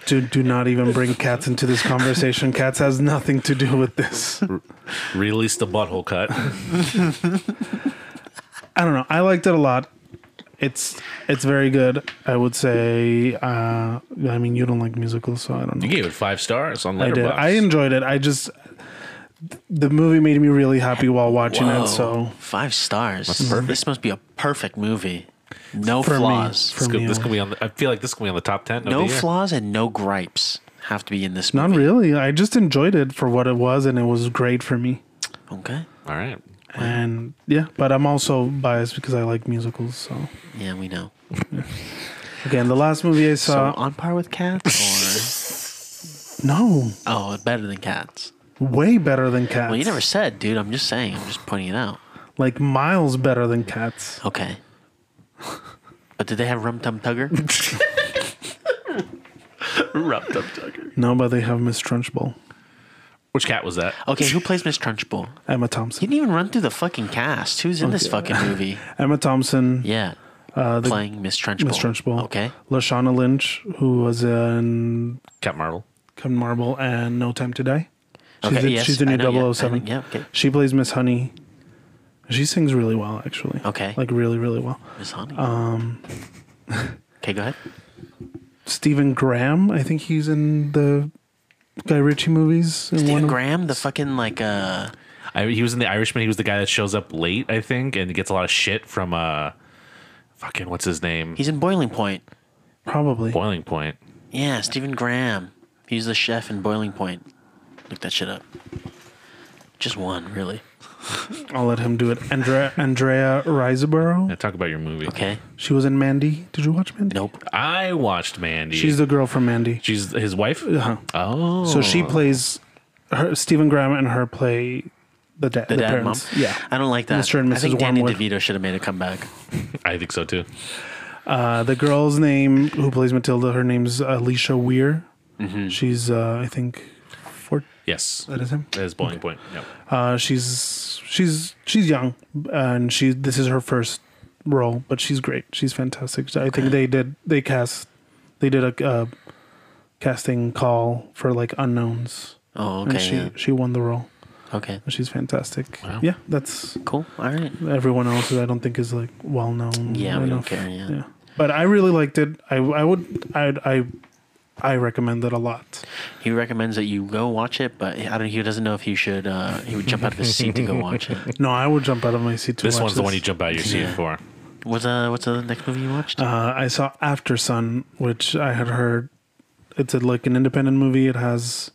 [SPEAKER 5] Do do not even bring cats into this conversation. Cats has nothing to do with this.
[SPEAKER 4] Release the butthole cut.
[SPEAKER 5] I don't know. I liked it a lot. It's it's very good. I would say. Uh, I mean, you don't like musicals, so I don't know.
[SPEAKER 4] You gave it five stars on
[SPEAKER 5] I did.
[SPEAKER 4] Letterboxd.
[SPEAKER 5] I enjoyed it. I just the movie made me really happy while watching
[SPEAKER 3] Whoa,
[SPEAKER 5] it. So
[SPEAKER 3] five stars? This must be a perfect movie. No
[SPEAKER 5] For me,
[SPEAKER 3] flaws.
[SPEAKER 5] for
[SPEAKER 4] This could, this
[SPEAKER 5] Yeah.
[SPEAKER 4] could be on. The, I feel like this could be on the top ten.
[SPEAKER 3] no
[SPEAKER 4] of the year.
[SPEAKER 3] flaws and no gripes have to be in this
[SPEAKER 5] Not
[SPEAKER 3] movie.
[SPEAKER 5] really. I just enjoyed it for what it was, and it was great for me.
[SPEAKER 3] Okay.
[SPEAKER 4] All right.
[SPEAKER 5] And yeah, but I'm also biased because I like musicals. So
[SPEAKER 3] Yeah, we know.
[SPEAKER 5] again, the last movie I
[SPEAKER 3] So uh,
[SPEAKER 5] saw.
[SPEAKER 3] on par with cats
[SPEAKER 5] no,
[SPEAKER 3] or oh, better than cats.
[SPEAKER 5] way better than Cats.
[SPEAKER 3] Well, you never said, dude. I'm just saying. I'm just pointing it out.
[SPEAKER 5] like miles better than Cats.
[SPEAKER 3] Okay. But did they have Rum Tum Tugger?
[SPEAKER 4] Rubbed up Tucker.
[SPEAKER 5] No, but they have Miss Trunchbull,
[SPEAKER 4] Which cat was that?
[SPEAKER 3] Okay, who plays Miss Trunchbull?
[SPEAKER 5] Emma
[SPEAKER 3] You
[SPEAKER 5] Thompson.
[SPEAKER 3] didn't even run through the fucking cast. Who's in this
[SPEAKER 5] Okay.
[SPEAKER 3] fucking movie?
[SPEAKER 5] Emma Thompson,
[SPEAKER 3] Yeah.
[SPEAKER 5] uh, the
[SPEAKER 3] Playing Miss Trunchbull.
[SPEAKER 5] Miss Trunchbull.
[SPEAKER 3] Okay.
[SPEAKER 5] Lashana Lynch, who was in
[SPEAKER 4] Cat Marvel.
[SPEAKER 5] Captain Marvel and No Time to Die. She's
[SPEAKER 3] Okay,
[SPEAKER 5] the,
[SPEAKER 3] yes,
[SPEAKER 5] she's the
[SPEAKER 3] I
[SPEAKER 5] new
[SPEAKER 3] know, yeah, I know,
[SPEAKER 5] 007.
[SPEAKER 3] yeah, okay.
[SPEAKER 5] She plays Miss Honey. She sings really well, actually.
[SPEAKER 3] Okay.
[SPEAKER 5] Like really, really well.
[SPEAKER 3] Miss Honey. Um. Okay, go ahead.
[SPEAKER 5] Stephen Graham, I think he's in the Guy Ritchie movies. In
[SPEAKER 3] Stephen
[SPEAKER 5] of-
[SPEAKER 3] Graham, the fucking like uh
[SPEAKER 4] I, he was in The Irishman. He was the guy that shows up late, I think, and gets a lot of shit from uh, fucking what's his name?
[SPEAKER 3] he's in Boiling Point.
[SPEAKER 5] Probably.
[SPEAKER 4] Boiling Point.
[SPEAKER 3] Yeah, Stephen Graham. He's the chef in Boiling Point. Look that shit up. Just one, really.
[SPEAKER 5] I'll let him do it. Andrea, Andrea Riseborough.
[SPEAKER 4] Now talk about your movie.
[SPEAKER 3] Okay.
[SPEAKER 5] She was in Mandy. Did you watch Mandy?
[SPEAKER 3] Nope.
[SPEAKER 4] I watched Mandy.
[SPEAKER 5] She's the girl from Mandy.
[SPEAKER 4] She's his wife.
[SPEAKER 5] Uh-huh.
[SPEAKER 4] Oh,
[SPEAKER 5] So she plays, her, Stephen Graham and her play the, da-
[SPEAKER 3] The,
[SPEAKER 5] the,
[SPEAKER 3] dad, and mom.
[SPEAKER 5] parents. Yeah.
[SPEAKER 3] I don't like that.
[SPEAKER 5] Mr. and
[SPEAKER 3] I think
[SPEAKER 5] Mrs.
[SPEAKER 3] Danny
[SPEAKER 5] Wormwood.
[SPEAKER 3] DeVito should have made a comeback.
[SPEAKER 4] I think so too.
[SPEAKER 5] Uh, the girl's name, who plays Matilda, her name's Alicia Weir. She's, uh, I think, four.
[SPEAKER 4] Yes,
[SPEAKER 5] That is him.
[SPEAKER 4] that is Boiling Point. Yep.
[SPEAKER 5] Uh, she's she's she's young, and she this is her first role, but she's great. She's fantastic. I think they did they cast they did a uh, casting call for like unknowns,
[SPEAKER 3] Oh,
[SPEAKER 5] and
[SPEAKER 3] okay.
[SPEAKER 5] she
[SPEAKER 3] yeah.
[SPEAKER 5] she won the role.
[SPEAKER 3] Okay.
[SPEAKER 5] She's fantastic.
[SPEAKER 4] Wow.
[SPEAKER 5] Yeah, that's
[SPEAKER 3] Cool. All right.
[SPEAKER 5] everyone else I don't think is like well known.
[SPEAKER 3] Yeah, we don't care, yeah.
[SPEAKER 5] But I really liked it. I I would I I I recommend it a lot.
[SPEAKER 3] He recommends that you go watch it, but I don't. He doesn't know if he should. Uh, he would jump out of his seat to go watch it.
[SPEAKER 5] No, I would jump out of my seat to
[SPEAKER 4] This
[SPEAKER 5] watch
[SPEAKER 4] one's the one you
[SPEAKER 5] this.
[SPEAKER 4] jump out of your seat
[SPEAKER 3] Yeah.
[SPEAKER 4] for.
[SPEAKER 3] What's uh What's the next movie you watched?
[SPEAKER 5] Uh, I saw After Sun, which I had heard. It's a, like an independent movie. It has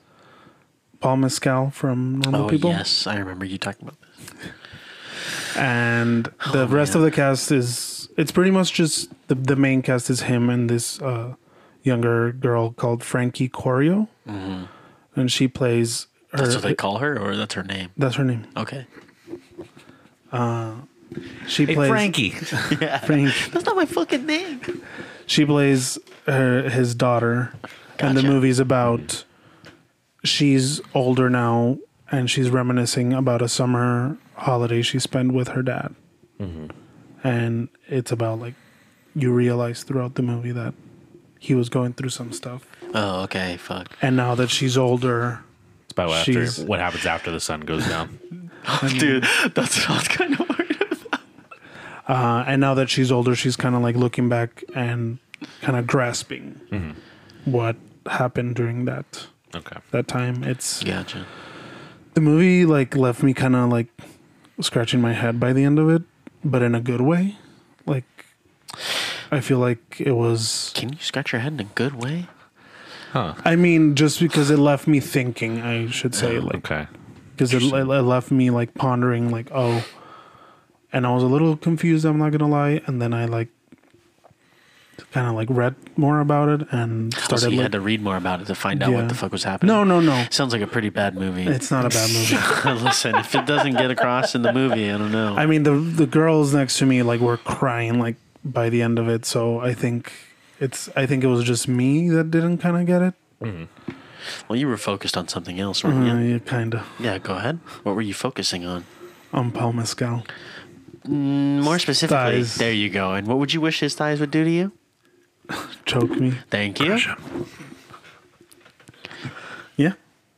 [SPEAKER 5] Paul Mescal from Normal
[SPEAKER 3] Oh
[SPEAKER 5] People,
[SPEAKER 3] yes, I remember you talking about this.
[SPEAKER 5] and
[SPEAKER 3] Oh,
[SPEAKER 5] the rest of the cast is it's pretty much just the the main cast is him and this uh, younger girl called Frankie Corio, and she plays her.
[SPEAKER 3] Mm-hmm. That's what they call her, or that's her name.
[SPEAKER 5] that's her name.
[SPEAKER 3] Okay,
[SPEAKER 5] She
[SPEAKER 4] Hey,
[SPEAKER 5] plays
[SPEAKER 4] Frankie.
[SPEAKER 5] Frank.
[SPEAKER 3] that's not my fucking name.
[SPEAKER 5] she plays her his daughter and the
[SPEAKER 3] Gotcha.
[SPEAKER 5] movie's about she's older now and she's reminiscing about a summer holiday she spent with her dad and it's about like you realize throughout the movie that he was going through some stuff
[SPEAKER 3] Oh, okay, fuck.
[SPEAKER 5] and now that she's older
[SPEAKER 4] It's about after,
[SPEAKER 5] She's-
[SPEAKER 4] what happens after the sun goes down.
[SPEAKER 3] Dude, that's what I was kind of worried about.
[SPEAKER 5] uh, and now that she's older she's kind of like looking back and kind of grasping what happened during that
[SPEAKER 4] Okay.
[SPEAKER 5] that time it's
[SPEAKER 3] Gotcha.
[SPEAKER 5] the movie like left me kind of like scratching my head by the end of it but in a good way like i feel like it was
[SPEAKER 3] Can you scratch your head in a good way?
[SPEAKER 5] i mean just because it left me thinking i should say like
[SPEAKER 4] Okay.
[SPEAKER 5] because it, it it left me like pondering like oh and i was a little confused i'm not gonna lie and then i like kind of like read more about it and
[SPEAKER 3] Oh, so
[SPEAKER 5] started
[SPEAKER 3] you
[SPEAKER 5] like
[SPEAKER 3] had to read more about it to find out
[SPEAKER 5] Yeah.
[SPEAKER 3] what the fuck was happening.
[SPEAKER 5] no no no
[SPEAKER 3] Sounds like a pretty bad movie.
[SPEAKER 5] it's not a bad movie
[SPEAKER 3] Listen, if it doesn't get across in the movie, I don't know.
[SPEAKER 5] I mean, the the girls next to me like were crying like by the end of it. So I think it's I think it was just me that didn't kind of get it.
[SPEAKER 3] well, you were focused on something else, weren't
[SPEAKER 5] Uh,
[SPEAKER 3] you?
[SPEAKER 5] yeah, kind of
[SPEAKER 3] Yeah, go ahead. What were you focusing on?
[SPEAKER 5] on um, Paul Mescal.
[SPEAKER 3] More specifically,
[SPEAKER 5] Thighs.
[SPEAKER 3] there you go. And what would you wish his thighs would do to you?
[SPEAKER 5] Choke me.
[SPEAKER 3] Thank you.
[SPEAKER 5] Yeah,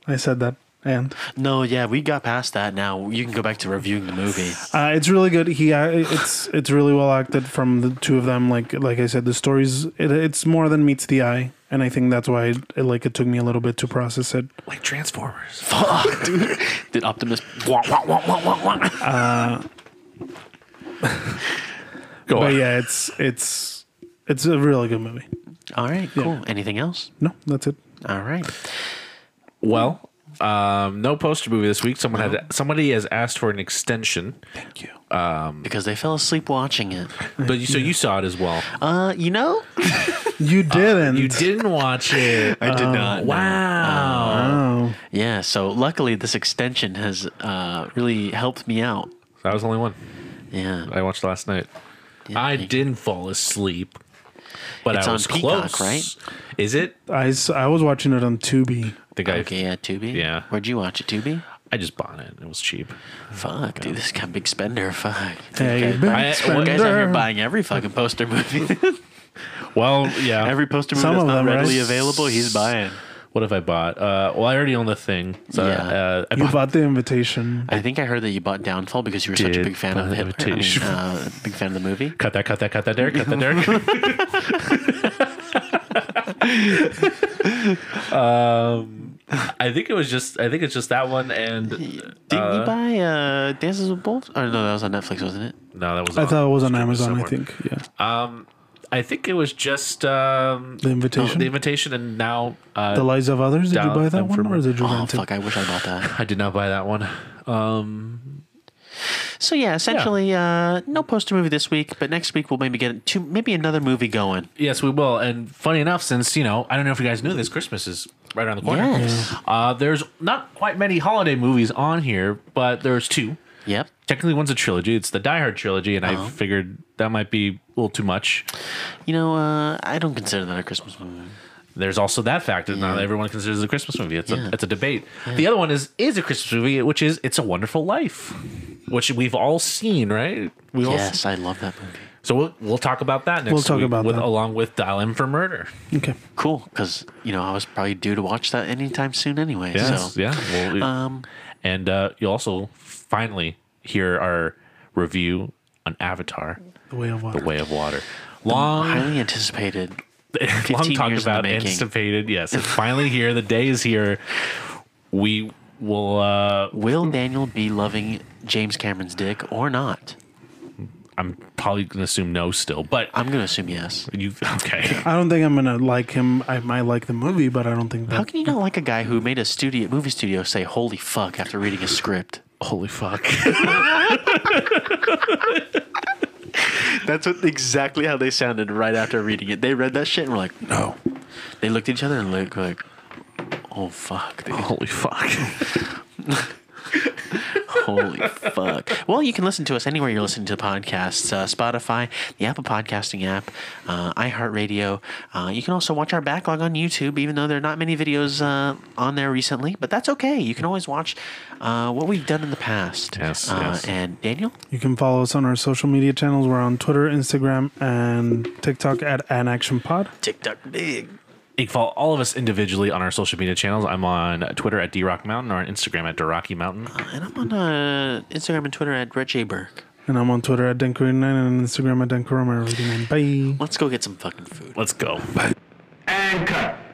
[SPEAKER 5] I said that. And
[SPEAKER 3] No, yeah, we got past that. Now you can go back to reviewing the movie.
[SPEAKER 5] uh, it's really good. He uh, it's it's really well acted from the two of them. Like like I said, the stories it, it's more than meets the eye, and I think that's why it, like it took me a little bit to process it.
[SPEAKER 4] Like Transformers.
[SPEAKER 3] Fuck, dude. Did Optimus? Wah, wah, wah, wah, wah, wah.
[SPEAKER 4] Go
[SPEAKER 5] But
[SPEAKER 4] on.
[SPEAKER 5] yeah, it's it's it's a really good movie.
[SPEAKER 3] All right, cool. Anything else?
[SPEAKER 5] No, that's it.
[SPEAKER 3] All right.
[SPEAKER 4] Well, um, no poster movie this week. Someone had somebody has asked for an extension,
[SPEAKER 5] Thank you.
[SPEAKER 3] Because they fell asleep watching it.
[SPEAKER 4] but you, so you saw it as well.
[SPEAKER 3] Uh, you know,
[SPEAKER 5] You didn't.
[SPEAKER 4] You didn't watch it. Oh,
[SPEAKER 3] I did not. Uh-huh.
[SPEAKER 4] Wow.
[SPEAKER 5] Oh.
[SPEAKER 3] Yeah. So luckily, this extension has uh really helped me out.
[SPEAKER 4] that was the only one
[SPEAKER 3] Yeah.
[SPEAKER 4] I watched last night. I didn't fall asleep, but
[SPEAKER 3] It's
[SPEAKER 4] I
[SPEAKER 3] on
[SPEAKER 4] was
[SPEAKER 3] Peacock,
[SPEAKER 4] close.
[SPEAKER 3] right?
[SPEAKER 4] Is it?
[SPEAKER 5] I, s- I was watching it on Tubi.
[SPEAKER 4] I think
[SPEAKER 3] Okay, yeah, Tubi.
[SPEAKER 4] Yeah.
[SPEAKER 3] Where'd you watch it, Tubi?
[SPEAKER 4] I, I just bought it. It was cheap.
[SPEAKER 3] Fuck, dude, this is kind of big spender. Fuck.
[SPEAKER 5] Hey,
[SPEAKER 3] Okay.
[SPEAKER 5] big
[SPEAKER 4] I-
[SPEAKER 5] spender.
[SPEAKER 3] Guys out here buying every fucking poster movie.
[SPEAKER 4] Well, yeah.
[SPEAKER 3] every poster movie
[SPEAKER 5] Some
[SPEAKER 3] that's
[SPEAKER 5] of
[SPEAKER 3] not
[SPEAKER 5] them, right?
[SPEAKER 3] readily available, he's buying.
[SPEAKER 4] what have I bought? Uh, well, I already own the thing. So
[SPEAKER 3] Yeah.
[SPEAKER 4] uh, I
[SPEAKER 5] you
[SPEAKER 4] bought
[SPEAKER 5] bought the invitation.
[SPEAKER 3] I think I heard that you bought Downfall because you were such a
[SPEAKER 4] Did
[SPEAKER 3] big fan of
[SPEAKER 4] buy
[SPEAKER 3] Hitler. I mean,
[SPEAKER 4] Imitation.
[SPEAKER 3] uh, big fan of the movie.
[SPEAKER 4] cut that, cut that, cut that, there, cut that, there. um, I think it was just. I think it's just that one and
[SPEAKER 3] Didn't you buy uh, Dances with Wolves? Oh no, that was on Netflix, wasn't it?
[SPEAKER 4] no, that was.
[SPEAKER 5] I
[SPEAKER 4] on-
[SPEAKER 5] thought it was on
[SPEAKER 4] streaming
[SPEAKER 5] Amazon,
[SPEAKER 4] somewhere.
[SPEAKER 5] I think. Yeah.
[SPEAKER 4] Uh, I think it was just um,
[SPEAKER 5] The Invitation?
[SPEAKER 4] no, the invitation, and now uh,
[SPEAKER 5] the Lives of Others. Did you
[SPEAKER 4] Down
[SPEAKER 5] buy that
[SPEAKER 4] and
[SPEAKER 5] one
[SPEAKER 4] from-
[SPEAKER 5] or did you
[SPEAKER 3] Oh
[SPEAKER 5] rent it?
[SPEAKER 3] fuck, I wish I bought that.
[SPEAKER 4] I did not buy that one. Um,
[SPEAKER 3] So yeah, essentially, Uh, no poster movie this week, but next week we'll maybe get two, maybe another movie going.
[SPEAKER 4] Yes, we will. And funny enough, since you know, I don't know if you guys knew this, Christmas is right around the corner.
[SPEAKER 3] Yes.
[SPEAKER 4] Uh, there's not quite many holiday movies on here, but there's two.
[SPEAKER 3] Yep.
[SPEAKER 4] Technically, one's a trilogy. It's the Die Hard trilogy, and I figured that might be a little too much.
[SPEAKER 3] You know, uh, I don't consider that a Christmas movie.
[SPEAKER 4] There's also that fact that not everyone considers it a Christmas movie. It's
[SPEAKER 3] Yeah.
[SPEAKER 4] a it's a debate. The other one is is a Christmas movie, which is It's a Wonderful Life, which we've all seen, right? We all
[SPEAKER 3] Yes, I love that movie.
[SPEAKER 4] So we'll, we'll talk about that next.
[SPEAKER 5] We'll talk
[SPEAKER 4] week
[SPEAKER 5] about
[SPEAKER 4] with,
[SPEAKER 5] that.
[SPEAKER 4] along with Dial M for Murder.
[SPEAKER 5] Okay.
[SPEAKER 3] Cool, because you know I was probably due to watch that anytime soon anyway. so
[SPEAKER 4] yeah. Well, we-
[SPEAKER 3] Um,
[SPEAKER 4] and uh, you'll also finally hear our review on Avatar:
[SPEAKER 5] The Way of Water.
[SPEAKER 4] The Way of Water. Long,
[SPEAKER 3] highly anticipated.
[SPEAKER 4] long
[SPEAKER 3] 15
[SPEAKER 4] talked
[SPEAKER 3] years in the
[SPEAKER 4] about,
[SPEAKER 3] making.
[SPEAKER 4] anticipated. Yes, it's finally here. The day is here. We will. Uh,
[SPEAKER 3] Will Daniel be loving James Cameron's dick or not?
[SPEAKER 4] I'm probably gonna assume no still, but
[SPEAKER 3] I'm gonna assume yes.
[SPEAKER 4] you okay?
[SPEAKER 5] I don't think I'm gonna like him. I might like the movie, but I don't think
[SPEAKER 3] How
[SPEAKER 5] that.
[SPEAKER 3] can you not like a guy who made a studio movie studio say "Holy fuck" after reading a script?
[SPEAKER 4] Holy fuck!
[SPEAKER 3] That's what, exactly how they sounded right after reading it. They read that shit and were like, "No." They looked at each other and looked like, "Oh fuck, dude.
[SPEAKER 4] Holy fuck!
[SPEAKER 3] holy fuck!" Well, you can listen to us anywhere you're listening to podcasts: uh, Spotify, the Apple Podcasting app, uh, iHeartRadio. Uh, you can also watch our backlog on YouTube, even though there are not many videos uh, on there recently. But that's okay. You can always watch uh, what we've done in the past.
[SPEAKER 4] Yes,
[SPEAKER 3] Uh,
[SPEAKER 4] yes.
[SPEAKER 3] And Daniel,
[SPEAKER 5] You can follow us on our social media channels. We're on Twitter, Instagram, and TikTok at An Action Pod.
[SPEAKER 3] TikTok big.
[SPEAKER 4] You can follow all of us individually on our social media channels. I'm on Twitter at drockmountain or on Instagram at drocky mountain.
[SPEAKER 3] And I'm on uh, Instagram and Twitter at Reg Aberg.
[SPEAKER 5] And I'm on Twitter at Denko89 and Instagram at Denko Romero. Bye.
[SPEAKER 3] Let's go get some fucking food.
[SPEAKER 4] Let's go.
[SPEAKER 1] And cut.